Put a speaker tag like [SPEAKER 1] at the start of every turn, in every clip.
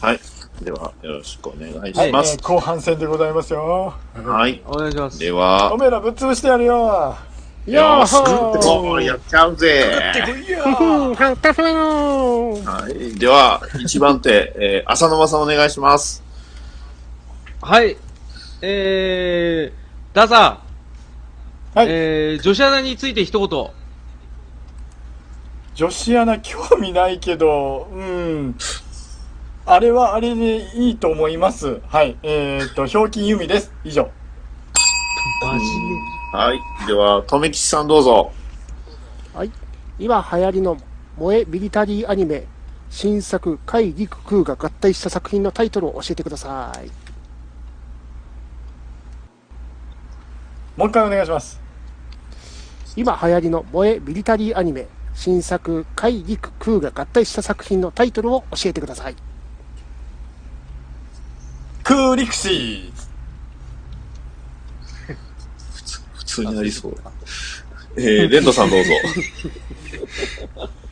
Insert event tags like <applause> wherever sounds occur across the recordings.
[SPEAKER 1] はい。では、よろしくお願い
[SPEAKER 2] はい
[SPEAKER 1] します
[SPEAKER 2] えー。後半戦でございますよ。
[SPEAKER 1] はい。
[SPEAKER 3] お願いします。
[SPEAKER 1] では
[SPEAKER 2] お、めえらぶっ潰してやるよ。
[SPEAKER 1] よ
[SPEAKER 2] や
[SPEAKER 1] ーし、
[SPEAKER 2] っ
[SPEAKER 1] 食ってこうやっちゃうぜ
[SPEAKER 2] てこいよ。
[SPEAKER 1] はい。では、一番手、 <laughs> えー、浅沼さんお願いします。
[SPEAKER 3] はい。えー、ダさん。
[SPEAKER 2] はい
[SPEAKER 3] えー、女子アナについて一言。
[SPEAKER 2] 女子アナ興味ないけど、うん。あれはあれでいいと思います。はい。えっ、ー、と、ひょうきんゆみです。以上。
[SPEAKER 3] マジ
[SPEAKER 1] はい。では、とめきちさんどうぞ。
[SPEAKER 4] 今流行りの萌えミリタリーアニメ新作「海陸空」が合体した作品のタイトルを教えてください
[SPEAKER 2] もう一回お願いします。
[SPEAKER 4] 今流行りの萌えミリタリーアニメ新作「海陸空」が合体した作品のタイトルを教えてください
[SPEAKER 2] クーリクシ
[SPEAKER 1] 普通になりそう。えー、レッドさんどう <laughs> ぞ。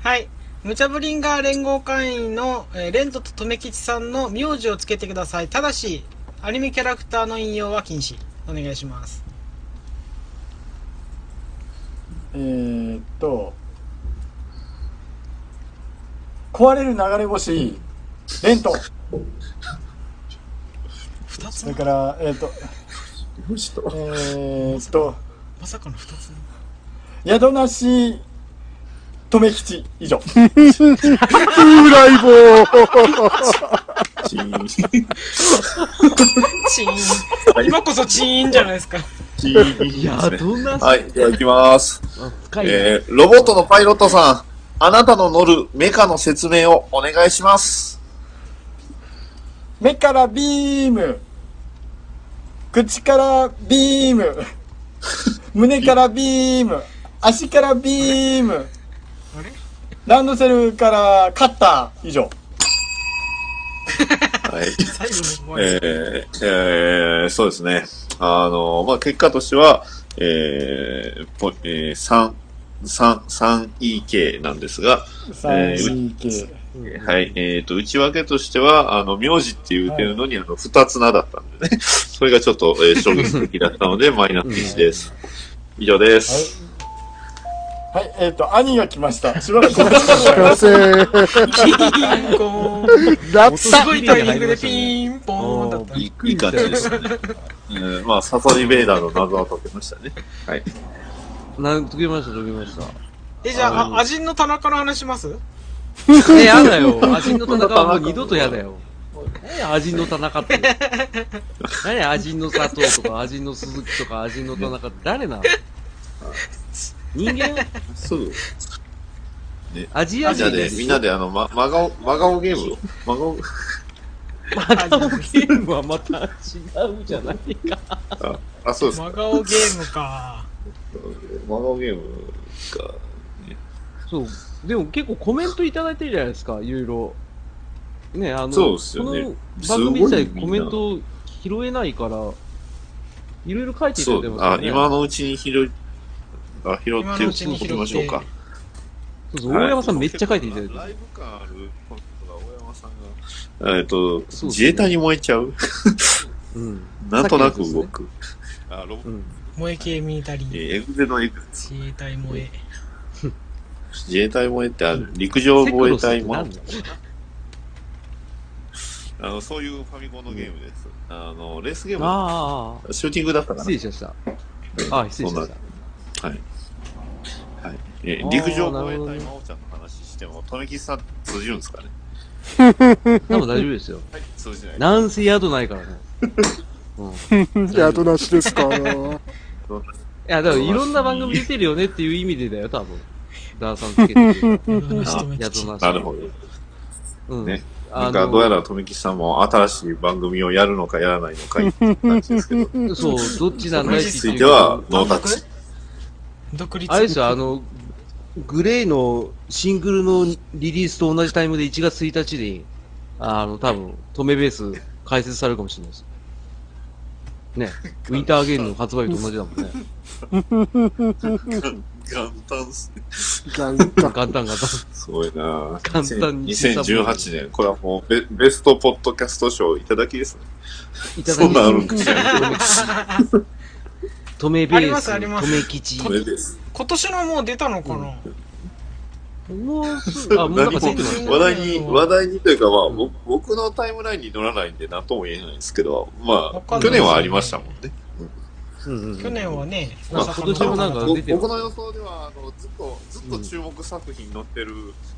[SPEAKER 5] はい。無茶ぶりんが連合会員の、えーレントととめきちさんの名字をつけてください。ただし、アニメキャラクターの引用は禁止。お願いします。
[SPEAKER 2] ー。えー、っと、壊れる流れ星、レント。
[SPEAKER 5] 二つ
[SPEAKER 2] それから、えっ、ー、と、
[SPEAKER 1] よしと。
[SPEAKER 2] えー、っと、
[SPEAKER 5] まさかの二つ
[SPEAKER 2] 宿なし、とめきち、以上。
[SPEAKER 4] フライボー
[SPEAKER 1] チーン。
[SPEAKER 5] チーン。今こそチーンじゃないですか。
[SPEAKER 1] チーン。
[SPEAKER 3] で。いや、どんな、
[SPEAKER 1] はい。では、行きます。
[SPEAKER 3] あ深いね、
[SPEAKER 1] えー、ロボットのパイロットさん、あなたの乗るメカの説明をお願いします。
[SPEAKER 2] 目からビーム口からビーム胸からビーム足からビーム
[SPEAKER 5] れ
[SPEAKER 2] ランドセルからカッター以上
[SPEAKER 1] はい。
[SPEAKER 5] 最後のご挨拶
[SPEAKER 1] えーえーそうですね。あの、まあ、結果としては、えーぽえー、3、3、3EK なんですが、えー
[SPEAKER 2] 3GK
[SPEAKER 1] はい、えっ、と、内訳としては、あの、名字って言うてるのに、あの、二つ名だったんでね。 <laughs> それがちょっと、えー衝撃的だったので、マイナス1です。以上です。
[SPEAKER 2] はいえっ、と兄が来ましたしばらくお待ちくだ
[SPEAKER 4] すいません
[SPEAKER 5] ピンコーン。
[SPEAKER 4] ラッ
[SPEAKER 3] 元
[SPEAKER 4] ツ
[SPEAKER 5] す
[SPEAKER 4] ァ
[SPEAKER 5] ごいタイミングでピンポーンだった。
[SPEAKER 1] いいいい感じですね。うん、まあ、サソリベイダーの謎は解けましたね。はい。
[SPEAKER 3] なん、解けました、解けました。
[SPEAKER 5] え、じゃあ、あ、アジンの田中の話します
[SPEAKER 3] え、やだよ。アジンの田中はもう二度とやだよ。何や、アジンの田中って。何や、アジンの佐藤とか、アジンの鈴木とか、アジンの田中って誰なの人間
[SPEAKER 1] すぐ。
[SPEAKER 3] アジア
[SPEAKER 1] じゃあ
[SPEAKER 3] 人
[SPEAKER 1] ね
[SPEAKER 3] で、 <laughs> す。
[SPEAKER 1] みんなであの、ま、真顔、真顔ゲームを。真顔、
[SPEAKER 3] またゲームはまた違うじゃないか。
[SPEAKER 1] あ、そうです。
[SPEAKER 5] 真顔ゲームか。
[SPEAKER 1] 真顔ゲームか。
[SPEAKER 3] そう。でも結構コメントいただいてるじゃないですか、いろいろ。ね、あの、
[SPEAKER 1] そうですよね
[SPEAKER 3] この
[SPEAKER 1] すごい
[SPEAKER 3] 番組自体
[SPEAKER 1] みんな
[SPEAKER 3] コメント拾えないから、いろいろ書いていただ
[SPEAKER 1] そ
[SPEAKER 3] いて
[SPEAKER 1] う、
[SPEAKER 3] ますよ
[SPEAKER 1] あ、
[SPEAKER 3] ね。
[SPEAKER 1] 今のうちに拾い、あ、拾
[SPEAKER 5] 今
[SPEAKER 1] っ
[SPEAKER 5] の
[SPEAKER 1] て、
[SPEAKER 5] うちに拾って
[SPEAKER 1] きましょうか。
[SPEAKER 3] そうそう大山さんめっちゃ書いていただいてる。
[SPEAKER 1] ライブ感あるコントが大山さんが。えっと、
[SPEAKER 3] すね
[SPEAKER 1] 自衛隊に燃えちゃう
[SPEAKER 3] うん。
[SPEAKER 1] なんとなく動く。あ、ロボ
[SPEAKER 3] うん。
[SPEAKER 5] 萌え系ミリタリ
[SPEAKER 1] え
[SPEAKER 5] ー。
[SPEAKER 1] ーエグゼのエグゼ。
[SPEAKER 5] 自衛隊萌え。
[SPEAKER 1] 自衛隊燃えってある。陸上防衛隊もある。あの、そういうファミコンのゲームです。あの、レースゲーム、
[SPEAKER 3] ああ、
[SPEAKER 1] シューティングだったかな
[SPEAKER 3] 失。礼しました。ああ、失礼しました。
[SPEAKER 1] はい。え
[SPEAKER 3] あ
[SPEAKER 1] ー、
[SPEAKER 3] ー
[SPEAKER 1] 陸上防衛
[SPEAKER 3] な
[SPEAKER 1] 隊
[SPEAKER 3] るほ
[SPEAKER 1] 真央ちゃんの話しても、富木さん通じるんですかね
[SPEAKER 3] 多分大丈夫ですよ。
[SPEAKER 1] はい、通じない。
[SPEAKER 3] なんせ宿ないからね。うん。い
[SPEAKER 4] 宿なしですか
[SPEAKER 3] や、だからいろんな番組出てるよねっていう意味でだよ、多分。ダーさんつけて
[SPEAKER 1] <laughs>
[SPEAKER 3] る。宿なし。
[SPEAKER 1] なるほど。
[SPEAKER 3] うん。
[SPEAKER 1] ねな
[SPEAKER 3] あの
[SPEAKER 1] んか、どうやら富木さんも新しい番組をやるのかやらないのかいって感じですけど、
[SPEAKER 3] そう、どっちなん
[SPEAKER 1] そ
[SPEAKER 3] だ
[SPEAKER 1] れ
[SPEAKER 3] い
[SPEAKER 1] に
[SPEAKER 3] って
[SPEAKER 1] ついては、ノータッチ。
[SPEAKER 5] 独立
[SPEAKER 3] あれですよ、あの、グレイのシングルのリリースと同じタイムで1月1日に、あの、多分、止めベース開設されるかもしれないです。
[SPEAKER 1] <laughs>
[SPEAKER 3] ね、ウィンターゲームの発売日と同じだもんね。
[SPEAKER 1] 簡単っすね。
[SPEAKER 4] 元旦。
[SPEAKER 3] 簡単簡単。
[SPEAKER 1] すごいな
[SPEAKER 3] 簡単に
[SPEAKER 1] 2018年、これはもうベベストポッドキャスト賞いただきですね。
[SPEAKER 3] い
[SPEAKER 1] そんなんあるんですね。
[SPEAKER 3] 止めベ
[SPEAKER 5] あり
[SPEAKER 3] ー
[SPEAKER 5] ま
[SPEAKER 3] ス、
[SPEAKER 5] すあります
[SPEAKER 3] 止め吉。
[SPEAKER 1] これです。
[SPEAKER 5] 今年のもう出たのかな、
[SPEAKER 3] もうすぐ、
[SPEAKER 1] 何
[SPEAKER 3] あ、も
[SPEAKER 1] も
[SPEAKER 3] うなんか全部。
[SPEAKER 1] 話題に、話題にというか、まあ、僕僕のタイムラインに乗らないんで、何とも言えないんですけど、ま
[SPEAKER 5] わか
[SPEAKER 1] あ、
[SPEAKER 5] んな
[SPEAKER 1] 去
[SPEAKER 5] いですよね
[SPEAKER 1] 年はありましたもんね。
[SPEAKER 3] うんうんうん
[SPEAKER 5] 去年はね、
[SPEAKER 3] まあ
[SPEAKER 5] 大阪
[SPEAKER 3] 今年もなんか
[SPEAKER 1] ぼ
[SPEAKER 3] 出てる
[SPEAKER 1] 僕の予想では、あの、ずっと、ずっと注目作品載ってる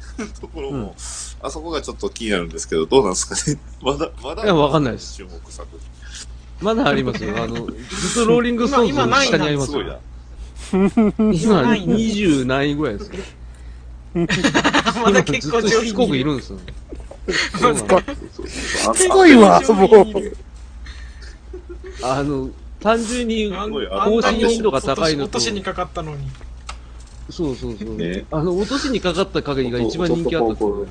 [SPEAKER 1] <laughs> ところ
[SPEAKER 3] うん
[SPEAKER 1] も、あそこがちょっと気になるんですけど、どうなんですかね。 <laughs> まだ、まだ。
[SPEAKER 3] いやわかんないです
[SPEAKER 1] 注目作品。
[SPEAKER 3] まだありますよ。あの、ずっとローリングストーンズの下にありま
[SPEAKER 1] す
[SPEAKER 3] す
[SPEAKER 1] ごいな
[SPEAKER 3] よ。。今、
[SPEAKER 5] ないな
[SPEAKER 3] 20何位ぐらいですよ。
[SPEAKER 5] まだ結構
[SPEAKER 3] ずっと
[SPEAKER 5] 上
[SPEAKER 3] し
[SPEAKER 5] 位
[SPEAKER 3] つこく
[SPEAKER 5] に
[SPEAKER 3] い
[SPEAKER 5] いる。
[SPEAKER 3] るんですよ。そうなんです
[SPEAKER 1] そうそう
[SPEAKER 4] すごいわ、も
[SPEAKER 5] 上位に
[SPEAKER 4] う
[SPEAKER 5] い。る
[SPEAKER 3] あの、単純に、
[SPEAKER 5] あん
[SPEAKER 1] ごい
[SPEAKER 5] あん
[SPEAKER 1] 更
[SPEAKER 5] なに
[SPEAKER 1] 新頻
[SPEAKER 3] 度が高いのと
[SPEAKER 5] 落としにかかったのに。
[SPEAKER 3] そうそうそう。
[SPEAKER 1] ね
[SPEAKER 3] あの、落としにかかった影が一番人気あったっすよ。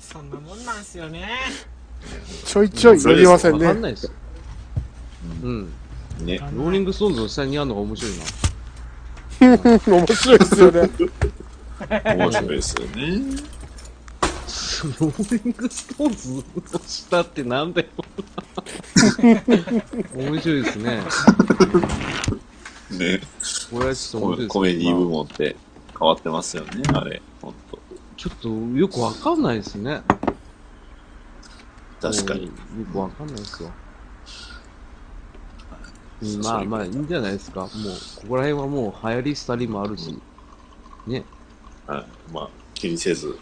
[SPEAKER 5] そんなもんなんすよね。
[SPEAKER 4] ちょいちょい
[SPEAKER 1] それで
[SPEAKER 4] 読み
[SPEAKER 1] す
[SPEAKER 4] ません
[SPEAKER 3] わか <laughs> ん
[SPEAKER 4] ね。
[SPEAKER 3] ないですよ。うん。
[SPEAKER 1] ね。
[SPEAKER 3] ローリングストーンズの下にあるのが面白いな。
[SPEAKER 4] 面白いですよね。
[SPEAKER 1] 面白いですよね。
[SPEAKER 3] ローリングストーンズの下ってなんだよ。面白いですね。
[SPEAKER 1] ね。
[SPEAKER 3] これはちょっと面白いですね。
[SPEAKER 1] コメディ部
[SPEAKER 3] まあ
[SPEAKER 1] 門って変わってますよね、あれ。ほんと。
[SPEAKER 3] ちょっとよくわかんないですね。
[SPEAKER 1] 確かに。
[SPEAKER 3] うん。よくわかんないですよ。うんまあまあ、いいんじゃないですか。もう、ここら辺はもう流行り廃りもあるし。ね。
[SPEAKER 1] はい。まあ、気にせず。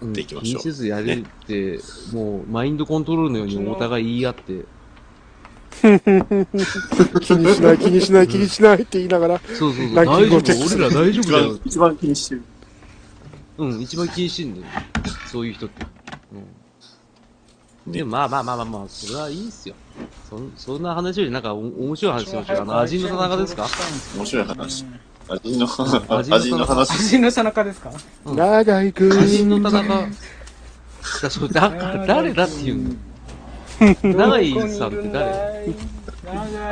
[SPEAKER 3] うん
[SPEAKER 1] でいきましょう
[SPEAKER 3] 気にせずやるって、もう、マインドコントロールのようにお互い言い合って、
[SPEAKER 4] 気にしない、気にしない、気にしないって言いながら。
[SPEAKER 3] そうそうそう、
[SPEAKER 4] ラ
[SPEAKER 3] 大
[SPEAKER 4] ンキング
[SPEAKER 3] 丈
[SPEAKER 4] をチェックす
[SPEAKER 3] 夫、俺ら大丈夫だよ。
[SPEAKER 1] 一番気にしてる。
[SPEAKER 3] うん、一番気にしてんだよ。そういう人って。うん。
[SPEAKER 1] ね
[SPEAKER 3] でもまあまあまあまあまあ、それはいいっすよ。そんそんな話よりなんかお面白い話しましょう。あの、味の田中ですか
[SPEAKER 1] 面白い話。味の話、
[SPEAKER 3] <laughs> 味
[SPEAKER 1] 味
[SPEAKER 3] の
[SPEAKER 1] の
[SPEAKER 3] 話
[SPEAKER 1] 話。
[SPEAKER 5] 死ぬ田中ですか
[SPEAKER 3] うん
[SPEAKER 4] 長いぐ
[SPEAKER 3] 味の田中。だそうだから誰だっていうの長井さんって誰
[SPEAKER 5] 誰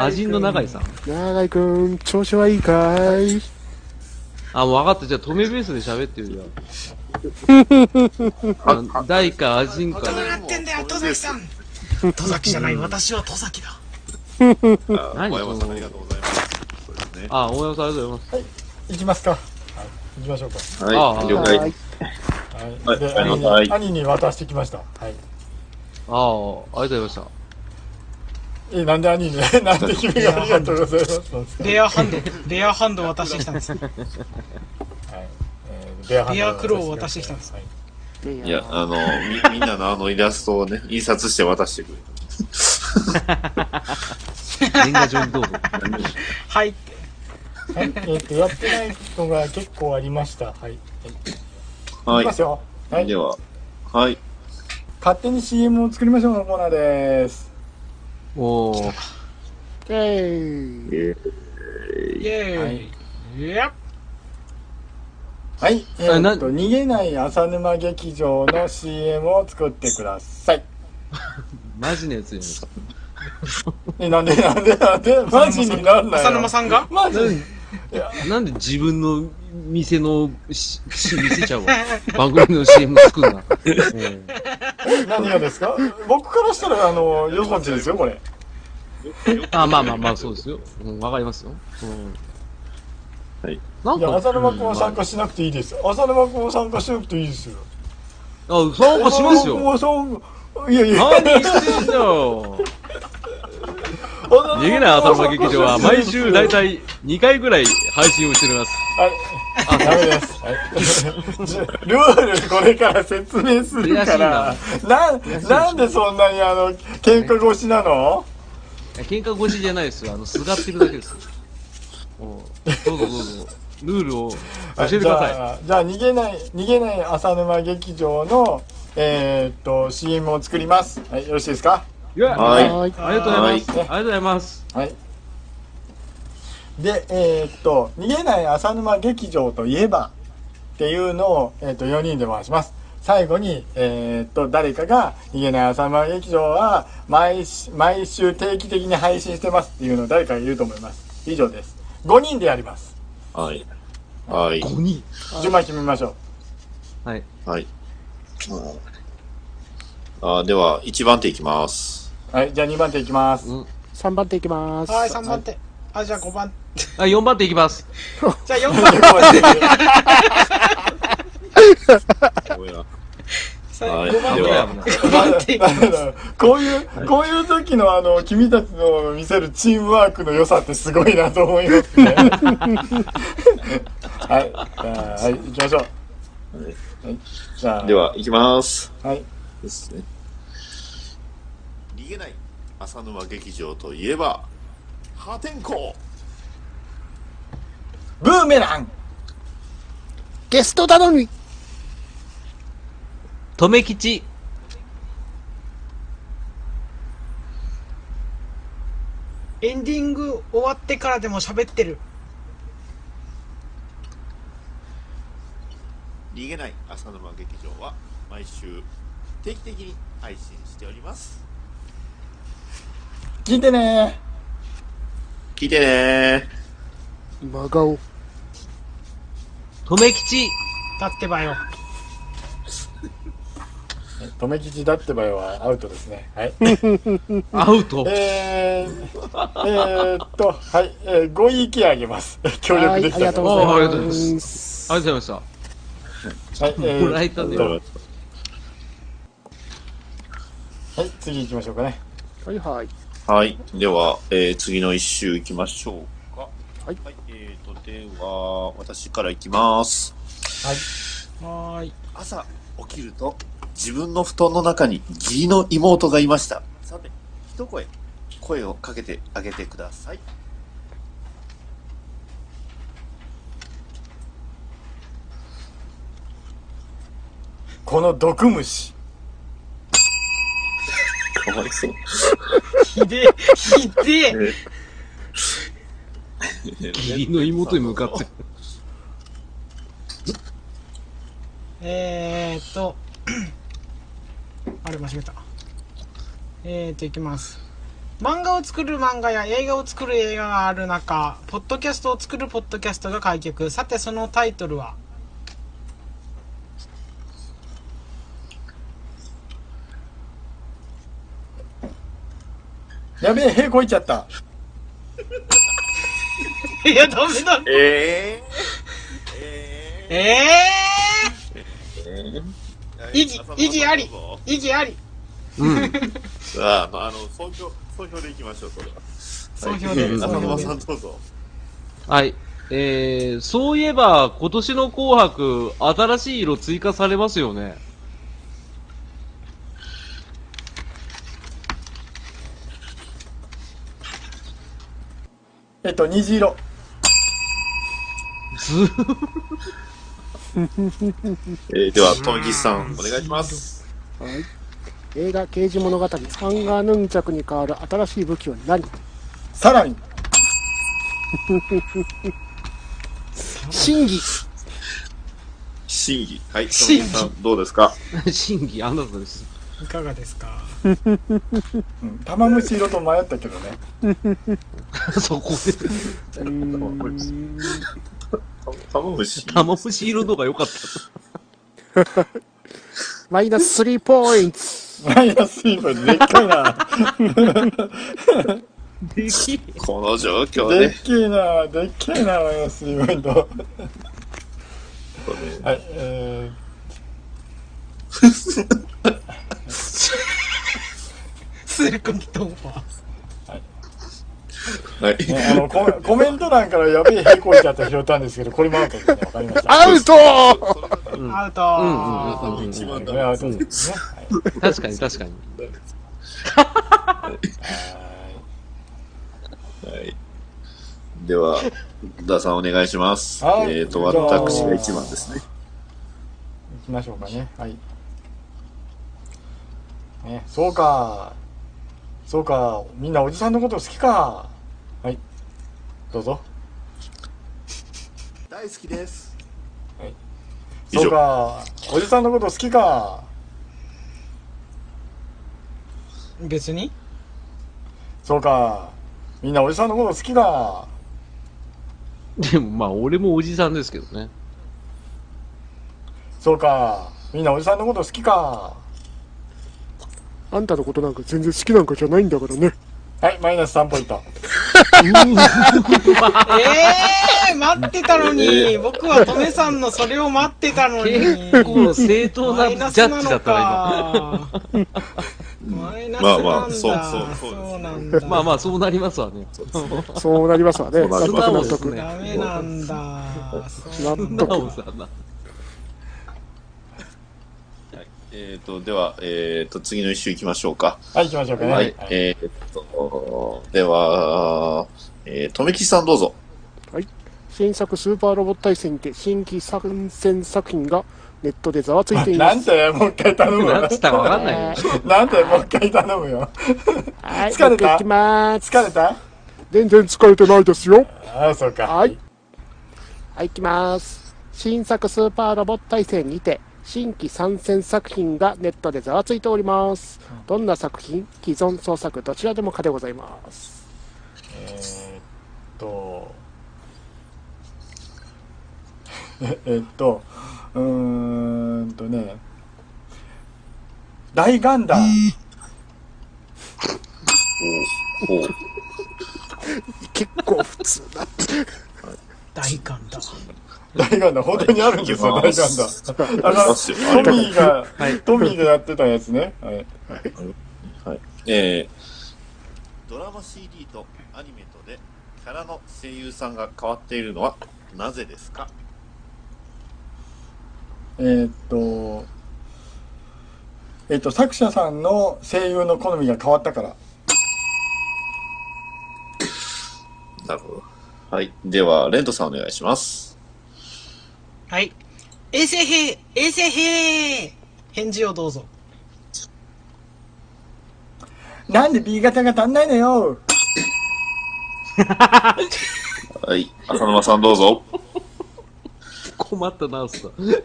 [SPEAKER 3] 味の長井さん。。
[SPEAKER 4] 長井くん、調子はいいかい
[SPEAKER 3] あ、もう分かった。じゃあ、止めベースで喋ってるよ。あ大か、アジンか。
[SPEAKER 5] どうなってんだよ、戸崎さん。戸崎じゃない、私は戸崎だ。
[SPEAKER 1] あ
[SPEAKER 3] 何
[SPEAKER 1] 小山さんありがとうございます。そうですね。
[SPEAKER 3] あ、大山さんありがとうござい
[SPEAKER 6] 行きますか。はい。行きましょうか。
[SPEAKER 1] は
[SPEAKER 3] あ
[SPEAKER 1] い、了解。
[SPEAKER 4] は
[SPEAKER 1] は
[SPEAKER 4] い
[SPEAKER 1] い
[SPEAKER 6] で
[SPEAKER 1] ありがと
[SPEAKER 6] 兄
[SPEAKER 1] うござい
[SPEAKER 6] に
[SPEAKER 1] ま
[SPEAKER 6] 兄に渡してきました。はい。
[SPEAKER 3] ます。ああ、ありがとうございまし
[SPEAKER 6] え、なんで兄に、 <laughs> なんで君がありがとうございますなんですか。
[SPEAKER 5] レアハンド、レアハンド渡してきたんです。
[SPEAKER 6] はい。えーレアハンド
[SPEAKER 5] レアクロウを渡してきたんです
[SPEAKER 6] はい
[SPEAKER 1] いや、あの、 <laughs> み、みんなのあのイラストをね、印刷して渡してくれ
[SPEAKER 3] た。年賀状にどうぞ。
[SPEAKER 5] はいって。
[SPEAKER 6] はい、えっと、やってないのが結構ありました。はい。
[SPEAKER 1] た。はい。
[SPEAKER 6] きますよ。はいい
[SPEAKER 1] で。は、はい。
[SPEAKER 6] 勝手に CM を作りましょうのコーナーです。
[SPEAKER 3] おー。
[SPEAKER 4] えー
[SPEAKER 1] え
[SPEAKER 5] イェーイ。いや、
[SPEAKER 6] はい。え
[SPEAKER 3] あな
[SPEAKER 6] っと、逃げない浅沼劇場の CM を作ってください。
[SPEAKER 3] マジのやつじゃないですか。
[SPEAKER 6] え、なんでなんでなんでマジになんない
[SPEAKER 5] 浅沼さんが
[SPEAKER 6] マジ
[SPEAKER 3] なんで自分の店のし、し見せちゃうわ。番組の CM 作んな。うん
[SPEAKER 6] 何がですか僕からしたら、あの、よそんちですよ、これ。
[SPEAKER 3] あ、まあまあまあ、そうですよ。うん、わかりますよ。うん。
[SPEAKER 1] はい。
[SPEAKER 3] なん
[SPEAKER 6] いや、
[SPEAKER 3] か、
[SPEAKER 6] 浅沼君は参
[SPEAKER 3] う
[SPEAKER 6] 加しなくていいですよ。浅沼君は参加しなくていいですよ。
[SPEAKER 3] んまあ、あ参加します
[SPEAKER 6] 浅
[SPEAKER 3] よ。
[SPEAKER 6] 沼君は参加いやいや、
[SPEAKER 3] 何してんだよ。逃げない朝沼劇場は毎週だいたい2回ぐらい配信をしております。
[SPEAKER 6] はい。ダメです。はいじゃルールこれから説明するから
[SPEAKER 3] 悔。
[SPEAKER 6] な、なんでそんなにあの、喧嘩越しなの
[SPEAKER 3] 喧嘩越しじゃないですよ。あの、すがってるだけです。おうどうぞどうぞ。ルールを教えてくださ
[SPEAKER 6] い。じゃあ、じゃあ逃げない、逃げない浅沼劇場の、えーっと、CM を作ります。はい、よろしいですか
[SPEAKER 3] い。いやあ
[SPEAKER 1] はい。
[SPEAKER 4] はい。
[SPEAKER 3] りがとうござい
[SPEAKER 6] は
[SPEAKER 3] ます。あり
[SPEAKER 6] い
[SPEAKER 3] がとうございます。
[SPEAKER 6] はい。で、えーっと、逃げない浅沼劇場といえばっていうのを、えーっと、4人で回します。最後に、えーっと、誰かが、逃げない朝間劇場は、毎し、毎週定期的に配信してますっていうのを誰かが言うと思います。以上です。5人でやります。
[SPEAKER 1] はい。はい。
[SPEAKER 3] 5人。
[SPEAKER 6] 順番決めましょう。
[SPEAKER 3] はい。
[SPEAKER 1] はい。うんあでは、1番手いきます。
[SPEAKER 6] はい、じゃあ2番手いきます。
[SPEAKER 3] うん。
[SPEAKER 4] 3番手いきます。
[SPEAKER 5] はい、3番手。あ、じゃあ5番。
[SPEAKER 3] あ、4番手いきます。
[SPEAKER 5] じゃあ4番手。
[SPEAKER 1] おやはい
[SPEAKER 5] 5番
[SPEAKER 3] 危
[SPEAKER 5] 手。
[SPEAKER 3] ない危ない。
[SPEAKER 5] 5番手。
[SPEAKER 6] <laughs> こういう、こういう時のあの、君たちの見せるチームワークの良さってすごいなと思います
[SPEAKER 4] <laughs>
[SPEAKER 6] ね。はい、じゃあ、はい、行きましょう。はい、じゃあ、
[SPEAKER 1] で、は、いきます。
[SPEAKER 6] はい。
[SPEAKER 1] ですね。逃げない浅沼劇場といえば、破天荒
[SPEAKER 6] ブーメラン
[SPEAKER 4] ゲスト頼み
[SPEAKER 3] 留吉。
[SPEAKER 5] エンディング終わってからでも喋ってる。
[SPEAKER 1] 逃げない浅沼劇場は毎週定期的に配信しております。
[SPEAKER 6] 聞いてね
[SPEAKER 1] 聞いてね
[SPEAKER 4] 真顔。
[SPEAKER 3] 留吉。
[SPEAKER 5] 立ってばよ。
[SPEAKER 6] ー。留吉だって場合はアウトですね。
[SPEAKER 4] <laughs>
[SPEAKER 6] はい。
[SPEAKER 3] アウト。
[SPEAKER 6] えー、えーっと、はい、えー、ご意見あげます。 <laughs> 協
[SPEAKER 4] は
[SPEAKER 6] 力
[SPEAKER 4] い、
[SPEAKER 6] で
[SPEAKER 4] あ
[SPEAKER 6] き
[SPEAKER 4] り
[SPEAKER 6] た
[SPEAKER 4] がとう
[SPEAKER 6] と。
[SPEAKER 4] ご
[SPEAKER 3] ああり
[SPEAKER 4] ざ
[SPEAKER 3] がとう
[SPEAKER 4] い
[SPEAKER 3] ご
[SPEAKER 4] ま
[SPEAKER 3] ざい
[SPEAKER 4] す。
[SPEAKER 3] ありがとうございま
[SPEAKER 6] はい、え
[SPEAKER 3] もらえたね
[SPEAKER 6] はい、次行きましょうかね。
[SPEAKER 4] はいはい。
[SPEAKER 1] はい。では、えー次の一周行きましょうか。
[SPEAKER 4] はい
[SPEAKER 1] えーと、では、私から行きます。
[SPEAKER 5] はーい。
[SPEAKER 1] 朝起きると自分の布団の中に義理の妹がいましたさて一声声をかけてあげてください
[SPEAKER 6] この毒虫。
[SPEAKER 1] かわいそう
[SPEAKER 5] ひでえ、ひでえ。
[SPEAKER 3] 義理の妹に向かって。
[SPEAKER 5] えーっと、あれ、間違えた。えーっと、いきます。漫画を作る漫画や映画を作る映画がある中、ポッドキャストを作るポッドキャストが開局。さて、そのタイトルは
[SPEAKER 6] やべえ、屁こいちゃった。
[SPEAKER 5] いや、ダメだ。
[SPEAKER 1] ええ
[SPEAKER 5] えー、意義、意義あり。意義あり。
[SPEAKER 3] うん。
[SPEAKER 1] ああ、まあ、あの、総評、総評でいきましょう、それは。
[SPEAKER 5] 総評で
[SPEAKER 1] はい
[SPEAKER 5] 総
[SPEAKER 1] 浅
[SPEAKER 5] 評
[SPEAKER 1] 沼
[SPEAKER 5] で
[SPEAKER 1] さんどうぞ。
[SPEAKER 3] <laughs> はい。えー、そういえば、今年の紅白、新しい色追加されますよね。
[SPEAKER 6] えっと、虹色。
[SPEAKER 3] ず
[SPEAKER 1] えー、では、トンギさん、お願いします。
[SPEAKER 4] はい、映画「刑事物語」ハンガーヌンチャクに代わる新しい武器は何
[SPEAKER 6] さらに、
[SPEAKER 4] 真偽
[SPEAKER 1] 審議。はい、トン
[SPEAKER 5] 審
[SPEAKER 1] ギ
[SPEAKER 5] 議
[SPEAKER 1] さん、どうですか
[SPEAKER 3] 審議、あなた <laughs> です。
[SPEAKER 5] いかがですか
[SPEAKER 6] うん、玉虫色と迷ったけどね。
[SPEAKER 3] そこで、
[SPEAKER 4] うーん
[SPEAKER 1] 玉虫。
[SPEAKER 3] 玉虫色の方が良かった。
[SPEAKER 4] マイナス3ポイント
[SPEAKER 6] マイナスインパでっかいな。
[SPEAKER 1] この状況
[SPEAKER 6] で
[SPEAKER 1] で
[SPEAKER 6] っ。けえな。でっけえな、マイナスインパント。はい、え
[SPEAKER 5] スー君とは。
[SPEAKER 1] はい。
[SPEAKER 6] ーね、あのコ、コメント欄からやべえ屁こいちゃった拾ったんですけど、これもアウトですね。わかりました。
[SPEAKER 4] アウト
[SPEAKER 3] うん
[SPEAKER 5] アウト
[SPEAKER 3] うん
[SPEAKER 1] うんうん一番だ
[SPEAKER 6] これはアウトですね。
[SPEAKER 3] 確かに、確かに。
[SPEAKER 1] はい。では、ダさんお願いします。
[SPEAKER 6] はい
[SPEAKER 1] えっ、と、私が一番ですね。
[SPEAKER 6] 行きましょうかね。はい。ね、そうか。そうか。みんなおじさんのこと好きか。はい。どうぞ。
[SPEAKER 1] 大好きです。以上
[SPEAKER 6] そうか。おじさんのこと好きか。
[SPEAKER 3] <laughs>
[SPEAKER 5] 別に
[SPEAKER 6] そうか。みんなおじさんのこと好きだ。
[SPEAKER 3] でもまあ、俺もおじさんですけどね。
[SPEAKER 6] そうか。みんなおじさんのこと好きか。
[SPEAKER 4] あんたのことなんか全然好きなんかじゃないんだからね。
[SPEAKER 6] はい、マイナス3ポイント。
[SPEAKER 5] えー、待ってたのに、僕はトメさんのそれを待ってたのに。
[SPEAKER 3] 結構正当なジャッジだったな、
[SPEAKER 5] マイナス
[SPEAKER 1] ま
[SPEAKER 5] な
[SPEAKER 1] あまあ
[SPEAKER 5] のか。マイナス
[SPEAKER 1] そう
[SPEAKER 5] なん
[SPEAKER 1] そう
[SPEAKER 5] だ。
[SPEAKER 1] そうです
[SPEAKER 5] そうなんだ。
[SPEAKER 3] 今。まあまあ、そうなりますわね。
[SPEAKER 4] そうなりますわね。
[SPEAKER 1] そうな
[SPEAKER 4] 納
[SPEAKER 1] ります
[SPEAKER 3] <laughs> そうで
[SPEAKER 4] 得納得。
[SPEAKER 3] すね
[SPEAKER 5] ダメなんだ。そう
[SPEAKER 4] 納
[SPEAKER 3] なお
[SPEAKER 4] 得。
[SPEAKER 3] さんな。
[SPEAKER 1] えっ、と、では、えっ、と、次の一周行きましょうか。
[SPEAKER 6] はい、行きましょうかね。
[SPEAKER 1] はい。えっ、と、では、えー、とめきさんどうぞ。
[SPEAKER 4] 新作スーパーロボット対戦にて新規参戦作品がネットでざわついていま
[SPEAKER 6] なん
[SPEAKER 4] す。
[SPEAKER 6] て、もう一回頼む
[SPEAKER 3] な
[SPEAKER 1] <laughs>
[SPEAKER 6] よ
[SPEAKER 3] んつっ。たかわかんないよ。
[SPEAKER 6] なんて、もう一回頼むよ。
[SPEAKER 4] は
[SPEAKER 6] 疲れ
[SPEAKER 4] い、
[SPEAKER 6] た
[SPEAKER 4] 僕行きまーす。
[SPEAKER 6] 疲れた
[SPEAKER 4] 全然疲れてないですよ。
[SPEAKER 6] ああ、そうか。
[SPEAKER 4] はい。。はい、行きます。新作スーパーロボット対戦にて、新規参戦作品がネットでざわついております。どんな作品既存創作どちらでも可でございます。
[SPEAKER 6] えーっと、ええっと、うーんとね、大ガンダー。
[SPEAKER 1] おお
[SPEAKER 4] 結構普通だ。
[SPEAKER 5] 大感だ。
[SPEAKER 6] 大ガンダー、本当にあるんですよ、
[SPEAKER 1] はい
[SPEAKER 6] 大ガンダー。
[SPEAKER 1] ありま
[SPEAKER 6] あ
[SPEAKER 1] すよ。
[SPEAKER 6] の、トミーが、
[SPEAKER 3] はい
[SPEAKER 6] トミーがやってたやつね。はい
[SPEAKER 1] えー、ドラマ CD とアニメとでキャラの声優さんが変わっているのはなぜですか
[SPEAKER 6] えーっと、えっと、作者さんの声優の好みが変わったから。
[SPEAKER 1] なるほど。はい。では、レントさんお願いします。
[SPEAKER 5] はい。衛星兵、衛星兵返事をどうぞ。
[SPEAKER 6] なんで B 型が足んないのよ
[SPEAKER 1] はい。浅沼さんどう <laughs> ぞ。
[SPEAKER 3] <laughs> 困ったな、おさん。えっ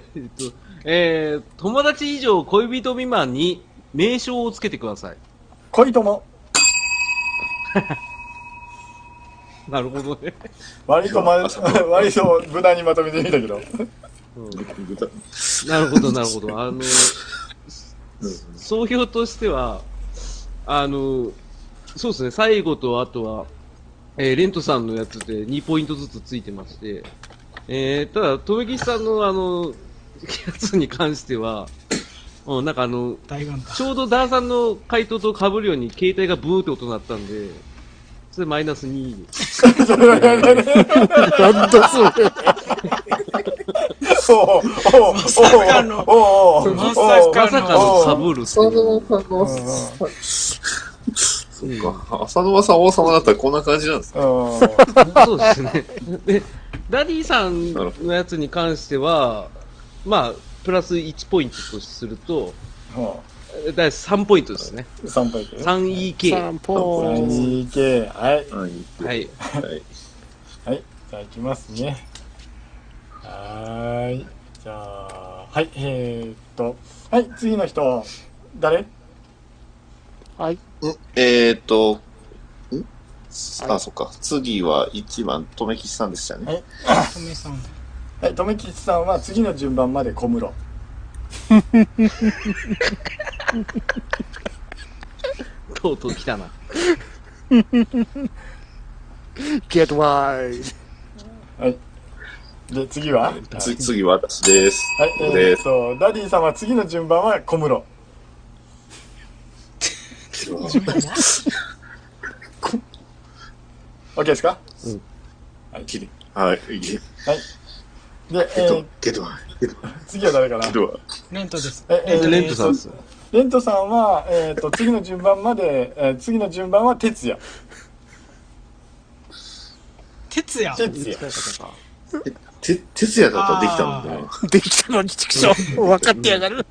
[SPEAKER 3] とえー、友達以上恋人未満に名称をつけてください。
[SPEAKER 6] 恋友、
[SPEAKER 3] なるほどね。
[SPEAKER 6] 割とま、割と無難にまとめてみたけ
[SPEAKER 5] <laughs>
[SPEAKER 6] ど。
[SPEAKER 3] なるほど、なるほど。あの、総評としては、あの、そうですね、最後とあとは、えーレントさんのやつで2ポイントずつついてまして、えーただ、とめきさんのあの、やつに関しては、うん、なんかあの、
[SPEAKER 5] 大感だ。
[SPEAKER 3] ちょうどダーさんの回答と被るように携帯がブーって音鳴ったんで、それマイナス2。
[SPEAKER 4] なんだそれ。
[SPEAKER 6] おうおうおうおうおうおう
[SPEAKER 5] まさか
[SPEAKER 3] まさかの被るっていう。
[SPEAKER 1] そっか。 <laughs> 浅沼さん王様だったらこんな感じなんですか
[SPEAKER 6] うん
[SPEAKER 3] そうですね。で、ダディさんのやつに関しては、まあ、プラス1ポイントとすると、だいたい3ポイントですね。
[SPEAKER 6] 三杯で。
[SPEAKER 3] 3EK。
[SPEAKER 4] 三ポー
[SPEAKER 6] 三
[SPEAKER 4] ン。
[SPEAKER 6] 杯は
[SPEAKER 1] は
[SPEAKER 6] い。
[SPEAKER 1] い。
[SPEAKER 3] はい。
[SPEAKER 1] はい。
[SPEAKER 6] はい。じゃあ行きますね。はーい。じゃあ、はい。えーっと、はい。次の人、誰
[SPEAKER 4] はい。
[SPEAKER 1] んえっ、ー、と、んあ、そっか。次は1番、とめきさんでしたね。
[SPEAKER 5] トメさん。
[SPEAKER 6] はい。とめきちさんは次の順番まで小室。
[SPEAKER 3] とうとう来たな。
[SPEAKER 4] ゲットワイ。 <laughs>
[SPEAKER 6] で、次ははい。
[SPEAKER 1] つ次は私です。
[SPEAKER 6] え
[SPEAKER 1] で
[SPEAKER 6] ーっと、ダディさんは次の順番は小室。
[SPEAKER 1] す。
[SPEAKER 6] OK ですか
[SPEAKER 1] きりはい。ゲ
[SPEAKER 6] で、え
[SPEAKER 1] ット
[SPEAKER 6] ー、、
[SPEAKER 1] ゲットは、ゲットは、
[SPEAKER 6] 次は誰かな
[SPEAKER 1] ゲットは。
[SPEAKER 5] レントです。
[SPEAKER 6] ええ
[SPEAKER 3] えっと、レントさんです。
[SPEAKER 6] レントさんは、えっ、と、次の順番まで、えー次の順番は哲也。
[SPEAKER 5] 哲也。
[SPEAKER 6] 哲也。
[SPEAKER 1] て、哲也だったらできたんだよ。
[SPEAKER 4] できたのに畜生。分かってやがる。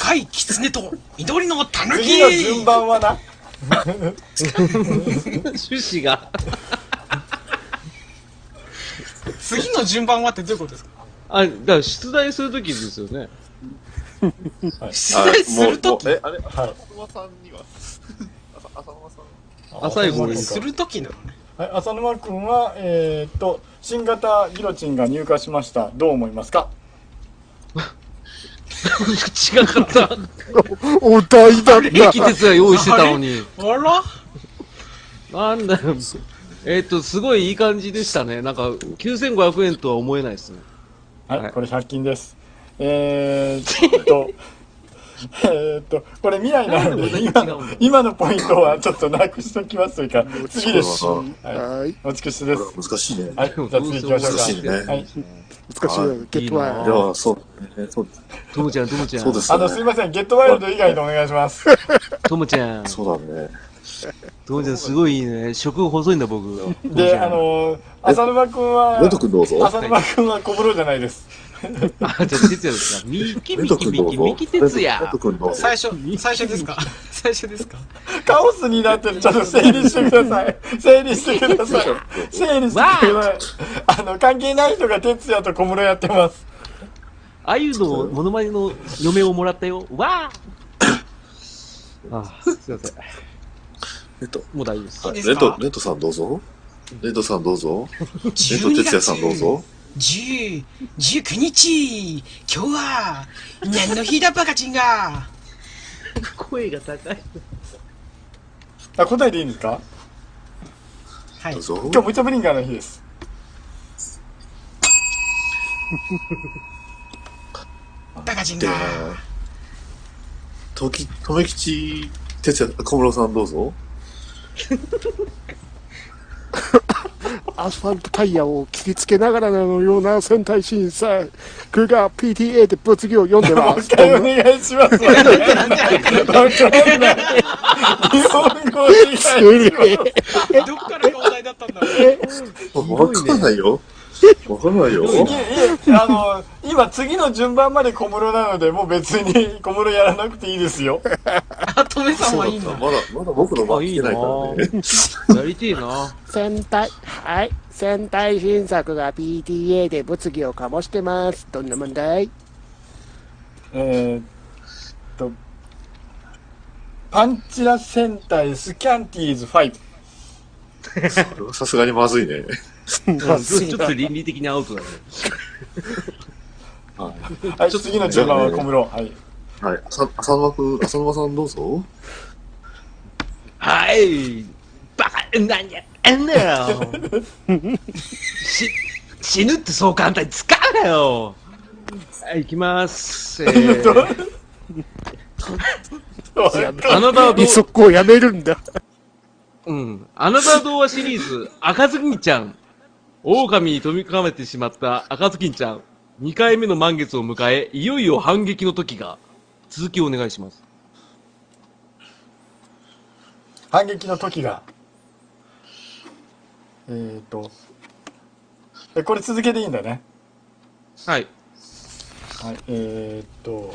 [SPEAKER 5] 赤い狐と緑のタヌ
[SPEAKER 6] 次の順番はな。
[SPEAKER 3] 趣旨が。
[SPEAKER 5] 次の順番はってどういうことですか
[SPEAKER 3] あ、だから出題するときですよね。
[SPEAKER 5] 出題 <laughs> するとき
[SPEAKER 1] あもうもうえ、あれ、
[SPEAKER 6] はい
[SPEAKER 1] 浅沼さんには浅浅沼さん
[SPEAKER 3] 浅い方がいい
[SPEAKER 5] するときなのね。
[SPEAKER 6] はい、浅沼君は、えーっと、新型ギロチンが入荷しました。どう思いますか
[SPEAKER 3] 違かった。
[SPEAKER 4] お題だった
[SPEAKER 3] 駅鉄は用意してたのに。
[SPEAKER 5] あら
[SPEAKER 3] なんだよ。えっと、すごいいい感じでしたね。なんか、9500円とは思えないですね。
[SPEAKER 6] はい、
[SPEAKER 3] はい
[SPEAKER 6] これ100均です。えーっと、 <laughs> えーっと、これ未来なので、今の、今のポイントはちょっとなくしときますというか、次です。
[SPEAKER 1] こ
[SPEAKER 6] はい、
[SPEAKER 4] はい。
[SPEAKER 6] おつくしです。
[SPEAKER 1] 難しいね。
[SPEAKER 6] はい、じゃあ次行きましょう
[SPEAKER 1] 難しいね
[SPEAKER 6] か。はい。
[SPEAKER 4] 難しいよ。ゲット
[SPEAKER 3] いい
[SPEAKER 4] ワ
[SPEAKER 3] な
[SPEAKER 4] イ
[SPEAKER 1] や、そう、ね、そう
[SPEAKER 3] ともちゃん、ともちゃん。
[SPEAKER 1] そうです
[SPEAKER 6] あ
[SPEAKER 1] よ
[SPEAKER 6] の、すい
[SPEAKER 1] ね。
[SPEAKER 6] ません、ゲットワイルド以外でお願いします。
[SPEAKER 3] ともちゃん。と
[SPEAKER 1] そうだね。
[SPEAKER 3] もちゃん、すごいいいね。食細いんだ、僕。ともち
[SPEAKER 6] で、
[SPEAKER 3] ゃん
[SPEAKER 6] あ、のー、浅沼君は、
[SPEAKER 1] レト君どうぞ。
[SPEAKER 6] 浅沼君は小風呂じゃないです。
[SPEAKER 3] あ、じゃあ、哲也で
[SPEAKER 1] <laughs>
[SPEAKER 3] すか。ミキ
[SPEAKER 1] レ
[SPEAKER 3] ミ
[SPEAKER 1] ト
[SPEAKER 3] キ
[SPEAKER 1] 君ど
[SPEAKER 3] ミ
[SPEAKER 1] う
[SPEAKER 3] キ
[SPEAKER 1] ぞ。
[SPEAKER 3] ミキ哲
[SPEAKER 1] レト
[SPEAKER 3] 也。
[SPEAKER 1] 君どうぞ。
[SPEAKER 5] 最初、
[SPEAKER 3] <laughs>
[SPEAKER 5] 最初ですか最初ですか
[SPEAKER 6] カオスになってる。ちょっと整理してください。整理してください。整理してください。あの、関係ない人が哲也と小室やってます。
[SPEAKER 3] あゆのモノマネの嫁をもらったよ。わあ。あ、すいません。
[SPEAKER 1] レト、
[SPEAKER 3] もう大丈夫です。
[SPEAKER 5] いいですか
[SPEAKER 1] レト、レトさんどうぞ。レトさんどうぞ。レト
[SPEAKER 5] 12
[SPEAKER 1] 哲
[SPEAKER 5] 月
[SPEAKER 1] 也さんどうぞ。
[SPEAKER 5] 10、19日今日は、何の日だバカチンが
[SPEAKER 3] 声が高い。
[SPEAKER 6] あ、答えていいんですか
[SPEAKER 5] はい
[SPEAKER 1] どう。ぞ。
[SPEAKER 6] 今日、ムチャブリンガーの日です。
[SPEAKER 5] バカチン
[SPEAKER 1] で
[SPEAKER 5] が、
[SPEAKER 1] とき、とめきち、哲也、小室さんどうぞ。
[SPEAKER 4] アスファルトタイヤを切りつけながらのような戦隊震災。クが PTA で物議を読んで
[SPEAKER 6] も
[SPEAKER 4] ま
[SPEAKER 6] う
[SPEAKER 4] す <laughs>
[SPEAKER 6] 一。回お願いします。わかん <laughs> ない日本語を理解
[SPEAKER 4] 無理
[SPEAKER 5] どっからがお題だったんだろう
[SPEAKER 1] わかんないよ。わかんないよ。
[SPEAKER 6] 次あの、今次の順番まで小室なので、もう別に小室やらなくていいです <laughs> よ。
[SPEAKER 5] あ、トメさん
[SPEAKER 1] そう
[SPEAKER 5] は
[SPEAKER 1] だ
[SPEAKER 5] いい
[SPEAKER 1] っ
[SPEAKER 5] ん
[SPEAKER 1] た。
[SPEAKER 5] だ。
[SPEAKER 1] まだ、まだ僕の番来てないからね。
[SPEAKER 3] やりてえな。
[SPEAKER 4] 戦隊、はい。戦隊新作が PTA で物議を醸してます。どんな問題
[SPEAKER 6] えーっと、パンチラ戦隊スキャンティーズ5。
[SPEAKER 1] さすがにまずいね。
[SPEAKER 3] うんそれちょっと倫理的にアウトだね。
[SPEAKER 6] はい、次の順番は小室。はい。
[SPEAKER 1] はい。浅浅沼君、浅沼さんどうぞ。
[SPEAKER 3] はい。バカ、何やってんだよ。
[SPEAKER 1] <laughs>
[SPEAKER 3] し、死ぬってそう簡単に使うなよ。はい、行きます。え
[SPEAKER 1] <laughs>
[SPEAKER 3] ー、あなたはどう
[SPEAKER 4] 利、息をやめるんだ。
[SPEAKER 3] うん。あなたは童話シリーズ、赤ずきんちゃん。狼に飛びかめてしまった赤ずきんちゃん。2回目の満月を迎え、いよいよ反撃の時が。続きをお願いします。
[SPEAKER 6] 反撃の時が。えーっと、えこれ続けていいんだね。
[SPEAKER 3] はい。
[SPEAKER 6] はい、えーっと。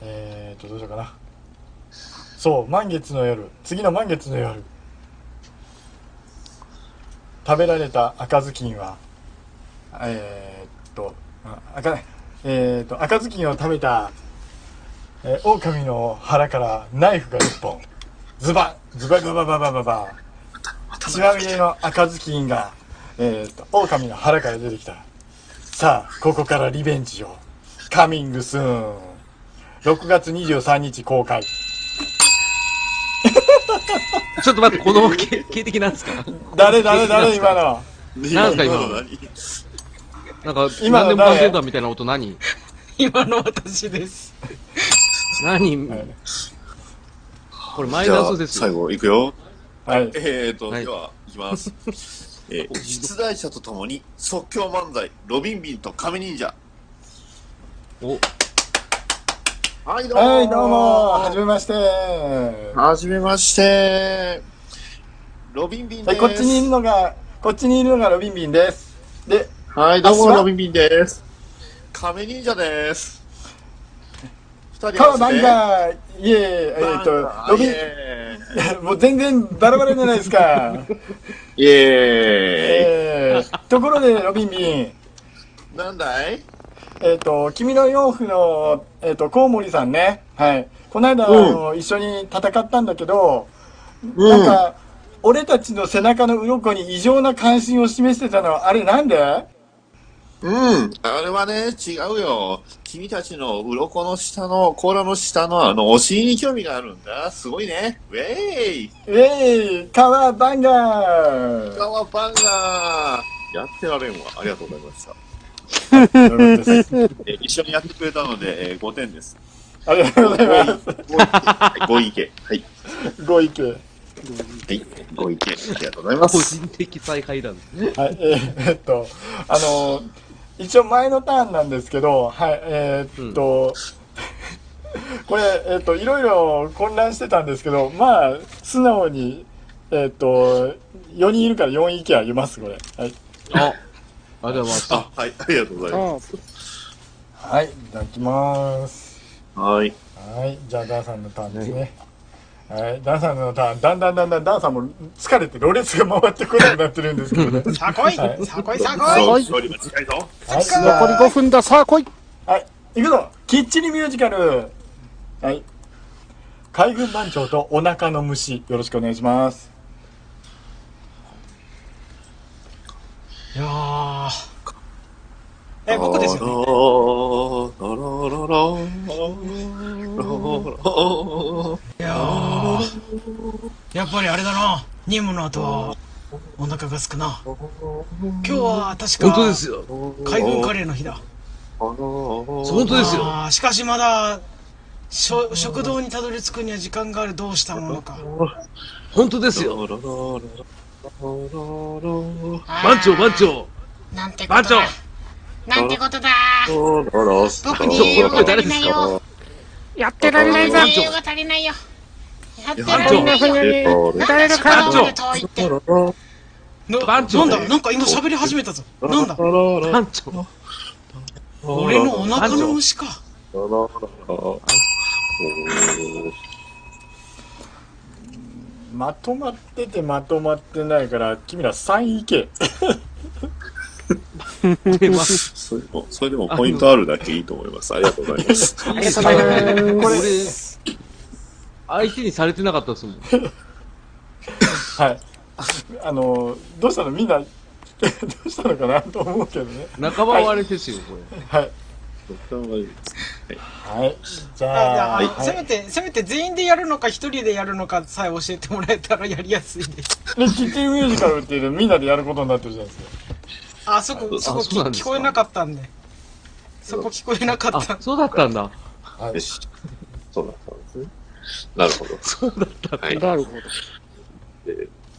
[SPEAKER 6] えーっと、どうしようかな。そう、満月の夜、次の満月の夜。食べられた赤ずきんは、えーっと、あ赤、えーっと、赤ずきんを食べた、えー、狼の腹からナイフが一本。ズバッズバババババババ血まみれの赤ずきんが、えー、と、狼の腹から出てきた。さあ、ここからリベンジを。カミングスーン。6月23日公開。
[SPEAKER 3] ちょっと待って、この系系的なんですか
[SPEAKER 6] 誰誰誰今の。
[SPEAKER 3] なんすか今の
[SPEAKER 1] 何
[SPEAKER 3] なんか、
[SPEAKER 6] 今
[SPEAKER 3] 今
[SPEAKER 6] の誰
[SPEAKER 3] でもパンセンターみたいな音何
[SPEAKER 5] 今の私です。
[SPEAKER 3] 何、
[SPEAKER 6] はい
[SPEAKER 3] これマイ
[SPEAKER 1] じゃ
[SPEAKER 3] ナス
[SPEAKER 1] あ、
[SPEAKER 3] です
[SPEAKER 1] 最
[SPEAKER 3] よ。
[SPEAKER 1] 後、いくよ。
[SPEAKER 6] はい。
[SPEAKER 1] えーと、
[SPEAKER 3] はい
[SPEAKER 1] では、いきます。 <laughs> えー出題者とともに即興漫才、ロビンビンと亀忍者。
[SPEAKER 3] お、
[SPEAKER 1] はい、どうも
[SPEAKER 6] はい、どうも、はじめまして。は
[SPEAKER 1] はじめまして。ロビンビンで
[SPEAKER 6] い、
[SPEAKER 1] す。
[SPEAKER 6] こっちにいるのが、こっちにいるのがロビンビンです。で、
[SPEAKER 1] はい、どう
[SPEAKER 6] あ
[SPEAKER 1] も、
[SPEAKER 6] そう
[SPEAKER 1] ロビンビンです。亀忍者です。二人合
[SPEAKER 2] 顔
[SPEAKER 1] わ
[SPEAKER 2] な
[SPEAKER 1] せ
[SPEAKER 2] ん
[SPEAKER 1] て
[SPEAKER 2] か、いえいえ、えっと、
[SPEAKER 1] あ
[SPEAKER 2] 伸
[SPEAKER 1] イ
[SPEAKER 2] び、
[SPEAKER 1] エ
[SPEAKER 6] <laughs>
[SPEAKER 2] もう全然バラバラじゃないですか。
[SPEAKER 1] ーイイエ
[SPEAKER 2] えー、ところで、ロビンビン、
[SPEAKER 1] ーイなんだい
[SPEAKER 2] えっ、と、君の洋服の、えっ、と、コウモリさんね、はい。この間、
[SPEAKER 1] うん
[SPEAKER 2] あの、一緒に戦ったんだけど、
[SPEAKER 1] うん
[SPEAKER 2] なんか、俺たちの背中の鱗に異常な関心を示してたのは、あれなんで
[SPEAKER 1] うん。あれはね、違うよ。君たちの鱗の下の、甲羅の下のあの、お尻に興味があるんだ。すごいね。ウェイ
[SPEAKER 2] えい、カワバンガ
[SPEAKER 1] <laughs>
[SPEAKER 2] ー
[SPEAKER 1] ガワバンガーやってられんわ。ありがとうございました。え一緒にやってくれたので、えー5点です。
[SPEAKER 2] ありがとうござい
[SPEAKER 1] 5
[SPEAKER 2] ま
[SPEAKER 1] 位系。はい。
[SPEAKER 2] す。ご意見。
[SPEAKER 1] はい。5位系。ありがとうございま
[SPEAKER 3] 個
[SPEAKER 1] す。
[SPEAKER 3] 人的采配だね。
[SPEAKER 2] はい、えーえっと、あの、一応前のターンなんですけど、はい、えーっと、 <laughs> これ、えーっと、いろいろ混乱してたんですけど、まあ、素直に、えーっと、4人いるから4意見あげます、これ。はい。
[SPEAKER 3] あ、ありがとうございます。
[SPEAKER 1] あ、はい。ありがとうございま
[SPEAKER 4] あ
[SPEAKER 2] はい、いただきます。
[SPEAKER 1] す。はい。
[SPEAKER 6] はいじゃあダンさんのターンですねはいダンさんのターンだんだんだんだんダンさんも疲れてろれつが回ってこなくなってるんですけ <laughs> どね
[SPEAKER 5] さあ来い
[SPEAKER 6] はい
[SPEAKER 5] さあ来いさあ来い
[SPEAKER 1] そう、
[SPEAKER 4] はい
[SPEAKER 1] 勝利は近いぞ。
[SPEAKER 6] はい
[SPEAKER 4] あ残り5分ださあ来い
[SPEAKER 2] はい、いくぞきっちりミュージカルはい。
[SPEAKER 6] 海軍番長とお腹の虫
[SPEAKER 2] よろしくお願いします。
[SPEAKER 5] いやーえ僕ですよね
[SPEAKER 1] よね。ロロロロロロ
[SPEAKER 5] いやーやっぱりあれだな任務の後はお腹がすくな今日は確か
[SPEAKER 3] 本当ですよ。
[SPEAKER 5] 海軍カレーの日だ
[SPEAKER 3] 本当ですよ。
[SPEAKER 5] あーしかしまだしょ食堂にたどり着くには時間があるどうしたものか
[SPEAKER 3] 本当ですよ。番長、番長。
[SPEAKER 7] なんてこ
[SPEAKER 3] 番
[SPEAKER 7] と
[SPEAKER 3] 長
[SPEAKER 7] だ。なんてことだ。僕に栄養が
[SPEAKER 3] これ
[SPEAKER 7] 足
[SPEAKER 3] 誰で
[SPEAKER 7] りない
[SPEAKER 3] すか
[SPEAKER 7] よ。
[SPEAKER 4] やってられないぞ
[SPEAKER 3] 番
[SPEAKER 7] 栄
[SPEAKER 3] 長
[SPEAKER 7] 養が足りないよ。やってら
[SPEAKER 4] あ
[SPEAKER 7] れ
[SPEAKER 4] こん
[SPEAKER 7] な
[SPEAKER 4] ない
[SPEAKER 7] よ。
[SPEAKER 4] 風に打たれる
[SPEAKER 7] な
[SPEAKER 4] か
[SPEAKER 7] ん
[SPEAKER 3] 長
[SPEAKER 7] で遠いって。
[SPEAKER 5] な
[SPEAKER 3] 番長
[SPEAKER 5] なんだなんか今喋り始めたぞなんだ
[SPEAKER 3] 番長。
[SPEAKER 5] 俺のお腹の虫か
[SPEAKER 6] まとまっててまとまってないから君ら3位け
[SPEAKER 3] 出ます。
[SPEAKER 1] それでも、それでもポイントあるだけいいと思います。ありがとうございます。
[SPEAKER 4] ありがとうございま
[SPEAKER 3] これ
[SPEAKER 4] す、
[SPEAKER 3] 相手にされてなかったですもん。
[SPEAKER 6] はいあのどうしたのみんな <laughs> どうしたのかなと思うけどね
[SPEAKER 3] 仲間割れですよ、これ。
[SPEAKER 6] はいはいじゃあ
[SPEAKER 5] あいやせめてせめて全員でやるのか一人でやるのかさえ教えてもらえたらやりやすいです
[SPEAKER 6] でキッチンミュージカルっていうのみんなでやることになってるじゃないですか
[SPEAKER 5] あそこ
[SPEAKER 1] あ
[SPEAKER 5] そこ
[SPEAKER 3] あそうなんで
[SPEAKER 5] 聞
[SPEAKER 3] すか
[SPEAKER 5] こえなかったんでそこ聞こえなかった
[SPEAKER 3] あ、そうだったんだ。
[SPEAKER 1] よし。そうだったんですね。なるほど。
[SPEAKER 3] そうだった。
[SPEAKER 1] はい。
[SPEAKER 4] なるほど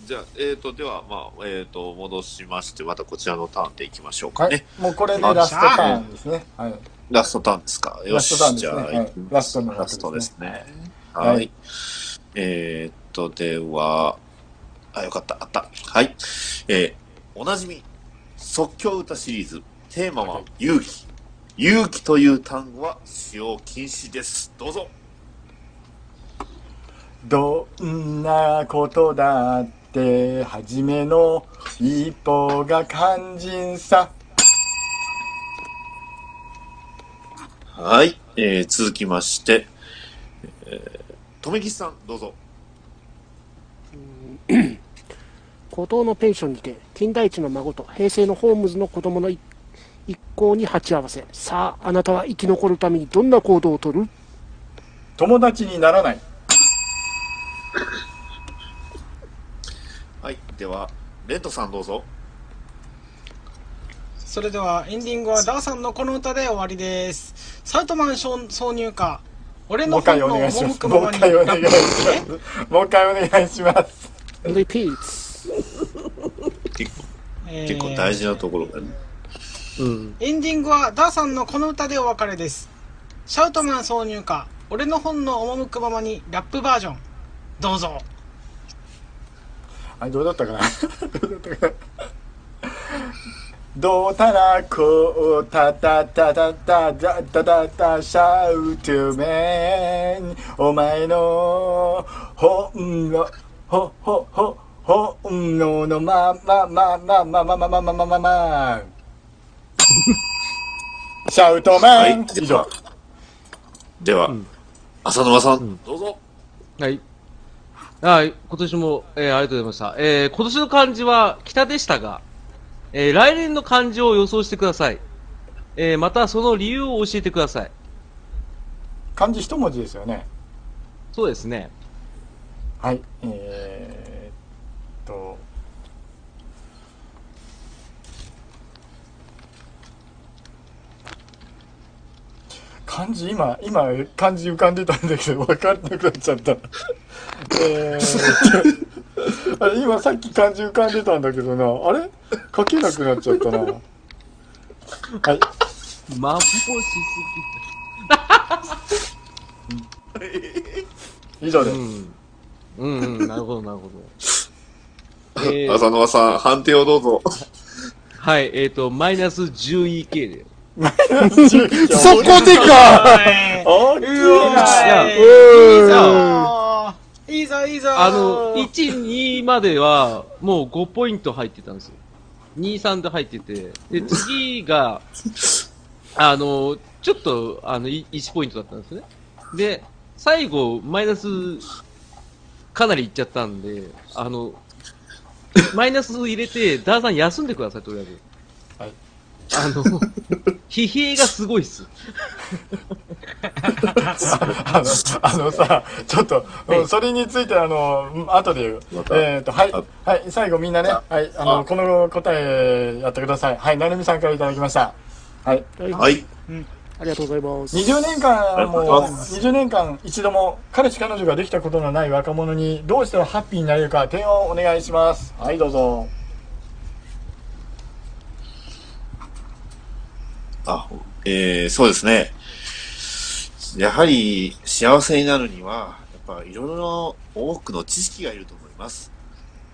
[SPEAKER 1] じゃあ、えっ、と、では、まあ、えっ、と、戻しまして、またこちらのターンでいきましょうか
[SPEAKER 6] は
[SPEAKER 1] ね。
[SPEAKER 6] い、もうこれでラストターンですね。はい、
[SPEAKER 1] ラストターンですか。よ
[SPEAKER 6] ラス
[SPEAKER 1] し、
[SPEAKER 6] トターンで
[SPEAKER 1] じ
[SPEAKER 6] す
[SPEAKER 1] ゃあ、
[SPEAKER 6] ねはい
[SPEAKER 1] ラ
[SPEAKER 6] ラ
[SPEAKER 1] ス
[SPEAKER 6] ス
[SPEAKER 1] ト
[SPEAKER 6] ト
[SPEAKER 1] の
[SPEAKER 6] の
[SPEAKER 1] ラストですね。
[SPEAKER 6] はい
[SPEAKER 1] はい。えーっと、では、あ、よかった、あった。はい。えーおなじみ、即興歌シリーズ、テーマは勇気。勇気という単語は使用禁止です。どうぞ。
[SPEAKER 6] どんなことだって初めの一歩が肝心さ。
[SPEAKER 1] はい。えー続きまして、えー、とめきさん、どうぞ。
[SPEAKER 4] 孤島のペンションにて金田一の孫と平成のホームズの子供の一一行に鉢合わせさああなたは生き残るためにどんな行動をとる
[SPEAKER 6] 友達にならない。
[SPEAKER 1] はい。では、レントさん、どうぞ。
[SPEAKER 5] それではエンディングはダーさんのこの歌で終わりですサウトマン挿入歌俺
[SPEAKER 6] もう
[SPEAKER 5] の
[SPEAKER 6] 一回
[SPEAKER 5] 本
[SPEAKER 6] お
[SPEAKER 5] の
[SPEAKER 6] 願いしま
[SPEAKER 5] 赴
[SPEAKER 6] す。
[SPEAKER 5] く
[SPEAKER 6] も
[SPEAKER 5] ま
[SPEAKER 6] う
[SPEAKER 5] ま
[SPEAKER 6] 一
[SPEAKER 5] に
[SPEAKER 6] 回お願いします。もう一回お願いします。
[SPEAKER 4] リピーツ
[SPEAKER 5] えー
[SPEAKER 1] 結構大事なところがね。
[SPEAKER 3] うん。
[SPEAKER 5] エンディングはダーさんのこの歌でお別れですシャウトマン挿入歌俺の本の赴くままにラップバージョンどうぞ
[SPEAKER 6] あれどうだったかなどうだったかなどうたらこうたたたたたたたたたシャウトゥメンお前のほんのほほほ本能のままままままままままままシャウト
[SPEAKER 1] は
[SPEAKER 6] メ
[SPEAKER 1] い
[SPEAKER 6] ン、以上
[SPEAKER 1] では、
[SPEAKER 3] ん
[SPEAKER 1] 浅沼さん、
[SPEAKER 3] ん
[SPEAKER 1] どうぞ。
[SPEAKER 3] はい。はい、今年も、えーありがとうございました。えー今年の漢字は北でしたが、えー来年の漢字を予想してください。えーまたその理由を教えてください。
[SPEAKER 6] 漢字一文字ですよね
[SPEAKER 3] そうですね。
[SPEAKER 6] はいえー、っと漢字今今漢字浮かんでたんだけど分かんなくなっちゃったえーっとあれ今さっき漢字浮かんでたんだけどなあれ書けなくなっちゃったなはい
[SPEAKER 3] まぼしす
[SPEAKER 6] 以上です、
[SPEAKER 3] ぎる。うん。うんうん、なるほど、なるほ <laughs> ど。えー
[SPEAKER 1] 浅沼さん、判定をどうぞ。
[SPEAKER 3] はい、えっ、と、マイナス 10EK で。
[SPEAKER 4] そこでか
[SPEAKER 6] 大きいな
[SPEAKER 3] や
[SPEAKER 5] いいぞいいぞ
[SPEAKER 3] あの、1、2までは、もう5ポイント入ってたんですよ。2、3で入ってて。で、次
[SPEAKER 6] <laughs>
[SPEAKER 3] が、あの、ちょっと、あの、い1ポイントだったんですね。で、最後、マイナス、かなりいっちゃったんで、あの、マイナス入れて、ダーさん休んでください、とりあえず。
[SPEAKER 6] はい
[SPEAKER 3] あ
[SPEAKER 6] <laughs>
[SPEAKER 3] の、疲弊がすごいっす。
[SPEAKER 6] あの、あのさ、ちょっと、
[SPEAKER 3] い
[SPEAKER 6] うんそれについて、あの、うん後で言う。
[SPEAKER 1] また
[SPEAKER 6] えっ、と、はい
[SPEAKER 1] あ、
[SPEAKER 6] はい、最後みんなね、はい、あの、この答えやってください。はい、なるみさんからいただきました。はい、
[SPEAKER 1] はい。
[SPEAKER 4] ありがとうございます。
[SPEAKER 6] 20年
[SPEAKER 1] ありがと
[SPEAKER 6] 間
[SPEAKER 1] う
[SPEAKER 6] も
[SPEAKER 1] ご
[SPEAKER 6] う、
[SPEAKER 1] ざいます
[SPEAKER 6] 20年間一度も彼氏彼女ができたことのない若者にどうしたらハッピーになれるか提案をお願いします。はい、どうぞ。
[SPEAKER 1] あ、えー、そうですね。やはり、幸せになるには、やっぱ、いろいろな多くの知識がいると思います。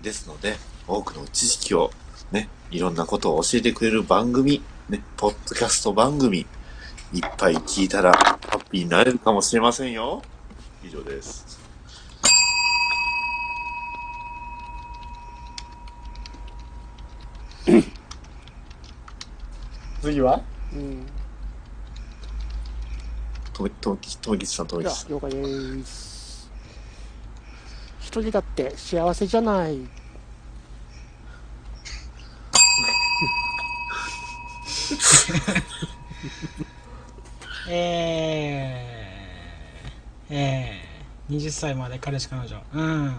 [SPEAKER 1] ですので、多くの知識を、ね、いろんなことを教えてくれる番組、ね、ポッドキャスト番組、いっぱい聞いたら、ハッピーになれるかもしれませんよ。以上です。
[SPEAKER 6] 次は
[SPEAKER 4] うん
[SPEAKER 1] とめ、とめき、とめきちさん、とめ
[SPEAKER 4] じゃ
[SPEAKER 1] き
[SPEAKER 4] あ
[SPEAKER 1] さん。
[SPEAKER 4] 了解です。一人だって幸せじゃない。
[SPEAKER 5] えー、えー、20歳まで彼氏彼女。うん。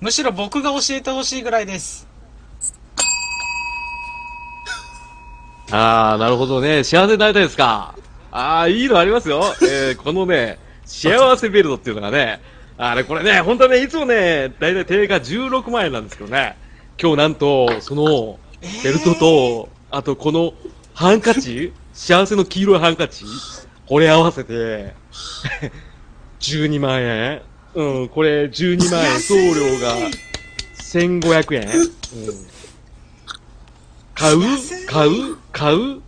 [SPEAKER 5] むしろ僕が教えてほしいぐらいです。
[SPEAKER 3] ああ、なるほどね。幸せになりたいですか。ああ、いいのあり <laughs> ますよ。えー、このね、幸せベルトっていうのがね、あれこれね、本当はね、いつもね、だいたい定価16万円なんですけどね、今日なんと、その、ベルトと、あとこのハンカチ、幸せの黄色いハンカチ、これ合わせ <laughs> て、12万円うん、これ12万円、送料が1500円。うん買う買う買う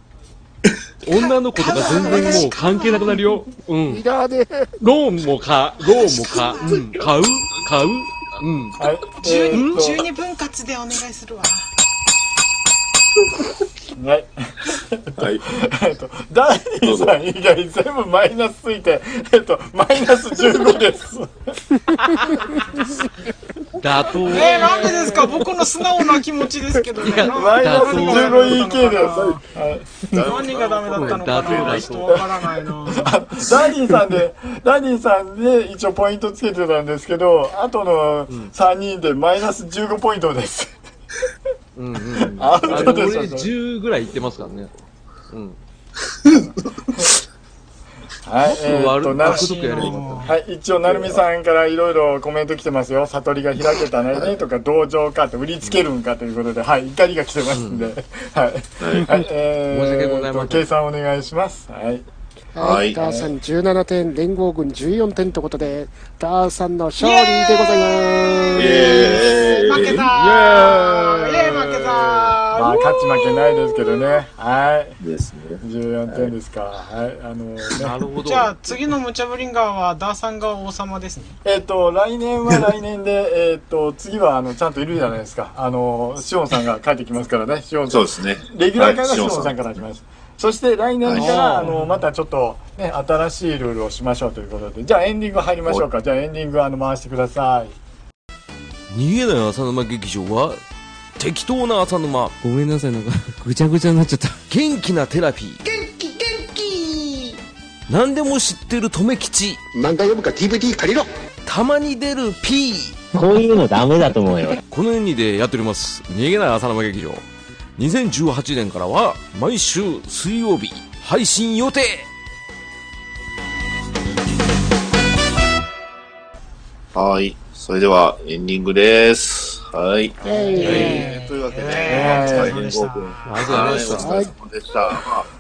[SPEAKER 3] 女の子とか全然もう関係なくなるよ。うん
[SPEAKER 4] い。らねえ。
[SPEAKER 3] ローンもか、ローンもか、うん。買う買ううん。
[SPEAKER 6] はい、えー
[SPEAKER 5] 12
[SPEAKER 6] っと
[SPEAKER 5] 12分割でお願いするわ。
[SPEAKER 6] はい。 <laughs>
[SPEAKER 1] はい。
[SPEAKER 6] えっと、ダーリンさん以外全部マイナスついて、えっと、マイナス15です。
[SPEAKER 3] 妥当。
[SPEAKER 5] えー、なんでですか僕の素直な気持ちですけどね。な
[SPEAKER 6] マイナス
[SPEAKER 5] 何がダメだった
[SPEAKER 6] 15EK
[SPEAKER 5] のかな
[SPEAKER 6] です。はい
[SPEAKER 5] 何がダメだったのかなちょっとわからないな。
[SPEAKER 6] ダーリンさんで、ダーリンさんで一応ポイントつけてたんですけど、あとの3人でマイナス15ポイントです。
[SPEAKER 3] うんうん。
[SPEAKER 6] アウ
[SPEAKER 3] あ
[SPEAKER 6] ト
[SPEAKER 3] の、
[SPEAKER 6] で
[SPEAKER 3] 俺
[SPEAKER 6] す。
[SPEAKER 3] 10ぐらいいってますからね。うん。
[SPEAKER 6] はい、えーっ
[SPEAKER 3] 悪
[SPEAKER 6] と、
[SPEAKER 3] く、
[SPEAKER 6] な
[SPEAKER 3] 悪くとかやればいいのか
[SPEAKER 6] はい、一応、なるみさんからいろいろコメント来てますよ。悟りが開けたね、とか、同情かって、売りつけるんかということで、はい、怒りが来てますんで、はい。はい、えー、
[SPEAKER 3] 申し訳ございません
[SPEAKER 6] 計算お願いします。はい。
[SPEAKER 1] は
[SPEAKER 4] はいい。ダーさん17点、連合軍14点ということで、ダーさんの勝利でございます。
[SPEAKER 1] イエーイ
[SPEAKER 5] 負けたーイエーイ負けたー
[SPEAKER 6] まあ、勝ち負けないですけどね。はい。
[SPEAKER 1] ですね。
[SPEAKER 6] 14点ですか。はい。あの
[SPEAKER 3] な
[SPEAKER 6] ね。
[SPEAKER 3] るほど。
[SPEAKER 5] じゃあ次のムチャブリンガーはダーさんが王様ですね
[SPEAKER 6] えっと、来年は来年で、えっと、次は、あの、ちゃんといるじゃないですか。あの、シオンさんが帰ってきますからね。シオンさ
[SPEAKER 1] そ
[SPEAKER 6] ん
[SPEAKER 1] う。ですね。
[SPEAKER 6] レギュラー会
[SPEAKER 1] はい
[SPEAKER 6] がシ
[SPEAKER 1] シ
[SPEAKER 6] オ
[SPEAKER 1] オ
[SPEAKER 6] ン
[SPEAKER 1] ン
[SPEAKER 6] さ
[SPEAKER 1] さ
[SPEAKER 6] ん
[SPEAKER 1] ん
[SPEAKER 6] から始まります。そして来年か
[SPEAKER 3] は
[SPEAKER 6] ら、あ
[SPEAKER 3] い
[SPEAKER 6] の、またちょっと、ね、新しいルールをしましょうということで。じゃあエンディング入りましょうか。じゃあエンディング、あの、回してください。 <laughs>
[SPEAKER 8] 逃げない浅沼劇場は適当な浅沼
[SPEAKER 9] ごめんなさい、なんか、 <laughs> ぐちゃぐちゃになっちゃった。
[SPEAKER 8] 元気なテラピー元気元気何でも知ってる留吉
[SPEAKER 10] 漫画読むか DVD 借りろ
[SPEAKER 8] たまに出る P
[SPEAKER 11] こういうのダメだと思うよ。
[SPEAKER 8] この演技でやっております逃げない浅沼劇場2018年からは毎週水曜日配信予定
[SPEAKER 1] はい。それでは、エンディングです。はい。えーというわけで、
[SPEAKER 5] えー
[SPEAKER 1] お疲れ
[SPEAKER 5] お疲れ様でした
[SPEAKER 1] はい、お疲れ様でした。
[SPEAKER 4] お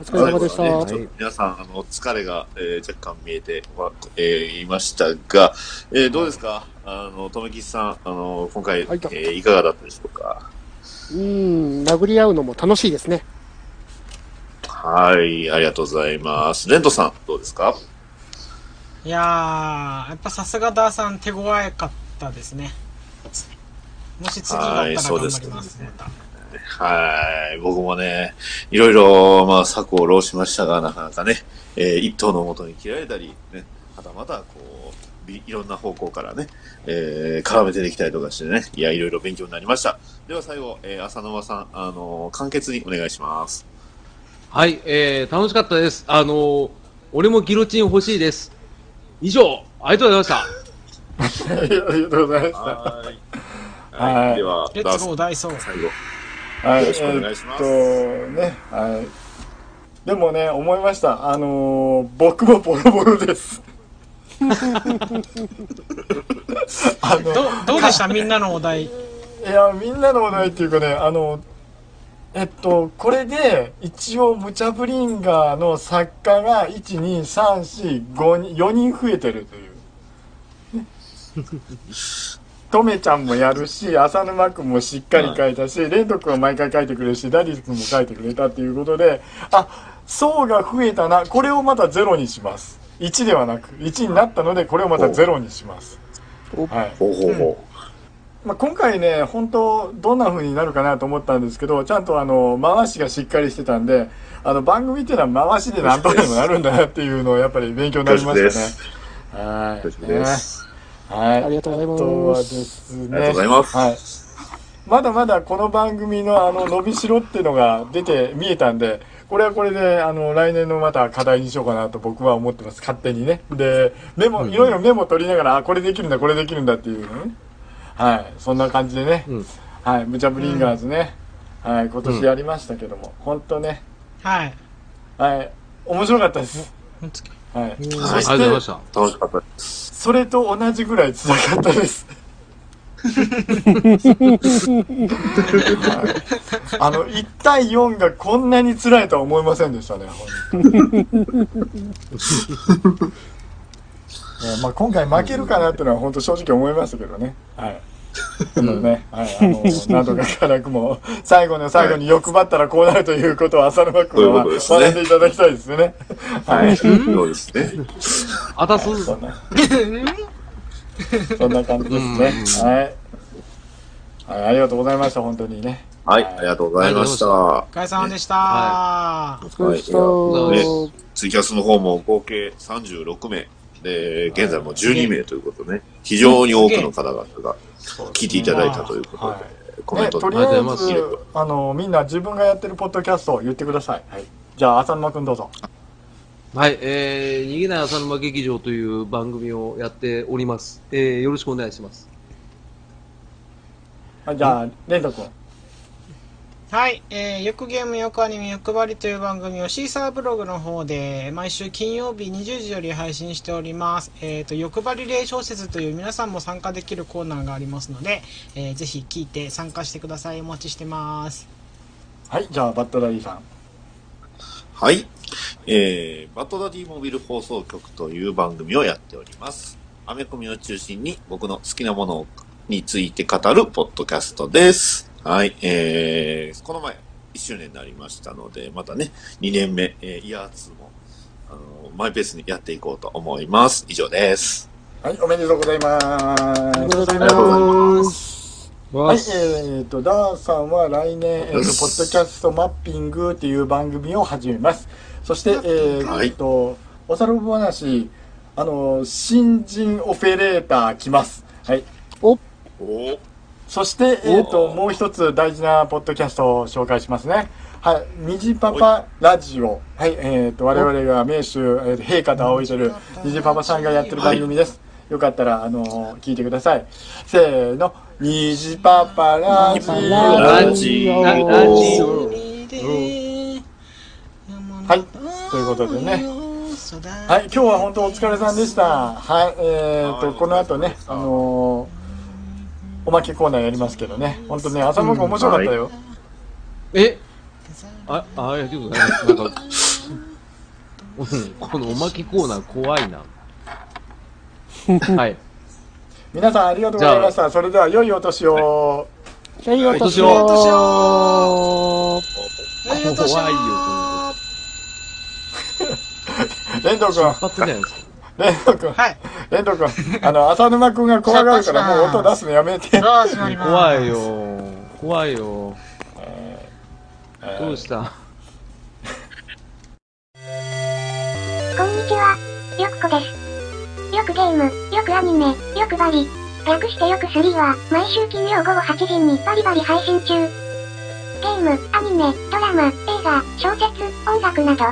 [SPEAKER 4] 疲れ様でした
[SPEAKER 1] まあ最後はねちょっと皆さん、あの、疲れが、えー若干見えては、えーいましたが、えーどうですかあの、とめきちさん、あの、今回、え
[SPEAKER 4] はい
[SPEAKER 1] ーいかがだったでしょうか
[SPEAKER 4] うん、殴り合うのも楽しいですね。
[SPEAKER 1] はい、ありがとうございます。レントさん、どうですか
[SPEAKER 5] いやーやっぱさすがダーさん手強かったですねもし次があったら頑張りますまた
[SPEAKER 1] はい、僕もね、いろいろ、まあ、策を労しましたが、なかなかね、えー一頭の元に切られたり、ね、はたまた、こう、びいろんな方向からね、えー絡めてできたりとかしてね、いや、いろいろ勉強になりました。では最後、えー浅沼さん、あのー簡潔にお願いします。
[SPEAKER 3] はい、えー、楽しかったです。あのー、俺もギロチン欲しいです。以上、ありがとうございまし
[SPEAKER 6] ありがとうございま
[SPEAKER 1] はい。
[SPEAKER 6] はい
[SPEAKER 1] では、
[SPEAKER 5] レ
[SPEAKER 1] ダ
[SPEAKER 5] ッ
[SPEAKER 1] ー
[SPEAKER 5] ツ
[SPEAKER 1] ス
[SPEAKER 5] ゴーダイソー
[SPEAKER 1] 最後。
[SPEAKER 6] す。は
[SPEAKER 1] よろしくお願いします
[SPEAKER 6] えっと、ね、はい。でもね、思いました。あのー僕もボロボロです。あの、
[SPEAKER 5] どどうでしたみんなのお題
[SPEAKER 6] いや、みんなのお題っていうかね、あの、えっと、これで、一応、ムチャブリンガーの作家が、1、2、3、4、5人、4人増えてるという。とめちゃんもやるし、浅沼くんもしっかり書いたし、レントくんは毎回書いてくれるし、ダディくんも書いてくれたっていうことで、あ、層が増えたな、これをまたゼロにします。1ではなく、1になったので、これをまたゼロにします。はい。
[SPEAKER 1] ほうほうほ
[SPEAKER 6] まあ、今回ね、本当、どんな風になるかなと思ったんですけど、ちゃんとあの、回しがしっかりしてたんで、あの、番組っていうのは回しで何とでもなるんだなっていうのをやっぱり勉強に
[SPEAKER 1] う。
[SPEAKER 6] な
[SPEAKER 1] 大
[SPEAKER 6] り
[SPEAKER 1] 丈
[SPEAKER 6] ま
[SPEAKER 1] 夫で
[SPEAKER 6] したね
[SPEAKER 1] す。。
[SPEAKER 6] は
[SPEAKER 1] 大
[SPEAKER 6] い
[SPEAKER 1] 丈。夫です。
[SPEAKER 6] ねはい。
[SPEAKER 4] ありがとう
[SPEAKER 6] あ
[SPEAKER 4] ご
[SPEAKER 6] とは
[SPEAKER 4] ざいま。
[SPEAKER 6] ですす
[SPEAKER 1] ありがとうござい
[SPEAKER 6] ね。
[SPEAKER 1] ます。
[SPEAKER 6] はい。まだまだこの番組のあの、伸びしろっていうのが出て見えたんで、これはこれで、あの、来年のまた課題にしようかなと僕は思ってます。勝手にね。で、メモ、いろいろメモ取りながら、あ、これできるんだ、これできるんだっていうのね。はい。そんな感じでね。
[SPEAKER 3] うん
[SPEAKER 6] はい。ムチャブリンガーズね。はい。今年やりましたけども、本当ね。
[SPEAKER 5] はい
[SPEAKER 6] はい。面白かったです。
[SPEAKER 5] 本当
[SPEAKER 6] はい。
[SPEAKER 3] た。はい、ありがとうございました。
[SPEAKER 1] 楽しかったで
[SPEAKER 6] それと同じぐらい辛かっ
[SPEAKER 1] <laughs>
[SPEAKER 6] たです。はいあの1対4がこんなに辛いとは思いませんでしたね。本当にえーまあ、今回負けるかなっていうのは本当正直思いましたけどね。はい。あのね、はい、あの、なんとか辛くも、最後の最後に欲張ったらこうなるということを浅沼君は
[SPEAKER 1] そういうことですね
[SPEAKER 6] 学んでいただきたいですね。
[SPEAKER 1] <laughs>
[SPEAKER 6] はい。
[SPEAKER 1] す。そうですね。
[SPEAKER 3] あたす。
[SPEAKER 6] <laughs> そんな。そんな感じですね。はい。はい、ありがとうございました、本当にね。
[SPEAKER 1] はい、ありがとうございました。
[SPEAKER 5] ガイさんでした、
[SPEAKER 4] お疲れ様でした。
[SPEAKER 1] は
[SPEAKER 3] はいい
[SPEAKER 1] ねツイキャスの方も合計36名で、現在も12名ということね、非常に多くの方々が聞いていただいたということ
[SPEAKER 6] は
[SPEAKER 1] で、コ
[SPEAKER 6] い。
[SPEAKER 1] メ
[SPEAKER 6] ね、
[SPEAKER 1] ント
[SPEAKER 6] と
[SPEAKER 1] で
[SPEAKER 6] りあえ
[SPEAKER 3] ありがとうご
[SPEAKER 1] ざい
[SPEAKER 6] ず、あの、みんな自分がやってるポッドキャストを言ってください。はい。じゃあ、浅沼くんどうぞ。
[SPEAKER 3] はい、えー、逃げない浅沼劇場という番組をやっております。えー、よろしくお願いします。
[SPEAKER 6] はい、じゃあ、レントくん。
[SPEAKER 5] はい、えー、よくゲーム、よくアニメ、よくばりという番組をシーサーブログの方で毎週金曜日20時より配信しております。えっ、と、よくばり霊小説という皆さんも参加できるコーナーがありますので、えーぜひ聞いて参加してください。お待ちしてます。
[SPEAKER 6] はい、じゃあ、バッドダディさん。
[SPEAKER 1] はい。えー、バットダディモビル放送局という番組をやっております。アメコミを中心に僕の好きなものについて語るポッドキャストです。はい。えー、この前、 1周年になりましたので、またね、2年目、えーイヤー2も、あのマイペースにやっていこうと思います。以上です。
[SPEAKER 6] はい、おめでとうございます。おめでとうござい
[SPEAKER 2] ます。
[SPEAKER 6] はい、えー、と、ダーさんは来年、えーと、
[SPEAKER 2] う
[SPEAKER 6] ポ
[SPEAKER 2] っ
[SPEAKER 6] ッ
[SPEAKER 2] す
[SPEAKER 6] ドキャストマッピングっていう番組を始めます。そして、えー、と、おさらば話、あの、新人オペレーター来ます。はい。
[SPEAKER 4] お
[SPEAKER 1] お
[SPEAKER 6] そして、えー、と、もう一つ大事なポッドキャストを紹介しますね。はい、ニジパパラジオ。はい、えっ、と、我々が名手、えー陛下と仰いでるニジパパさんがやってる番組です。よかったら、あのー聞いてください。せーの、ニジパパラジオ。
[SPEAKER 2] ラジオラジオ
[SPEAKER 6] はい、ということでね。はい、今日は本当お疲れさんでした。はい、えー、と、この後ね、あのーおまけコーナーやりますけどね。本当ね、朝僕面白かったよ。
[SPEAKER 3] えあ、あありがとうございます。なんか、うん <laughs> このおまけコーナー怖いな。はい。
[SPEAKER 6] 皆さんありがとうございました。それでは良いお年を。
[SPEAKER 4] 良い
[SPEAKER 3] お年を良いお年
[SPEAKER 6] を。
[SPEAKER 3] 怖いよ。
[SPEAKER 6] 連動君。連動君。
[SPEAKER 5] はい。
[SPEAKER 6] 連動君。あの、浅沼君が怖がるからもう音出すのやめて。
[SPEAKER 3] 怖いよ。怖いよ。どうした
[SPEAKER 12] こんにちは、よくこです。よくゲーム、よくアニメ、よくバリ。略してよく3は、毎週金曜午後8時にバリバリ配信中。ゲーム、アニメ、ドラマ、映画、小説、音楽など、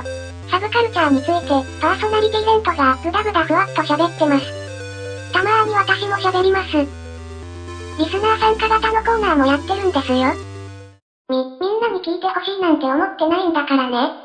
[SPEAKER 12] サブカルチャーについて、パーソナリティレントがぐだぐだふわっと喋ってます。たまーに私も喋ります。リスナー参加型のコーナーもやってるんですよ。み、みんなに聞いてほしいなんて思ってないんだからね。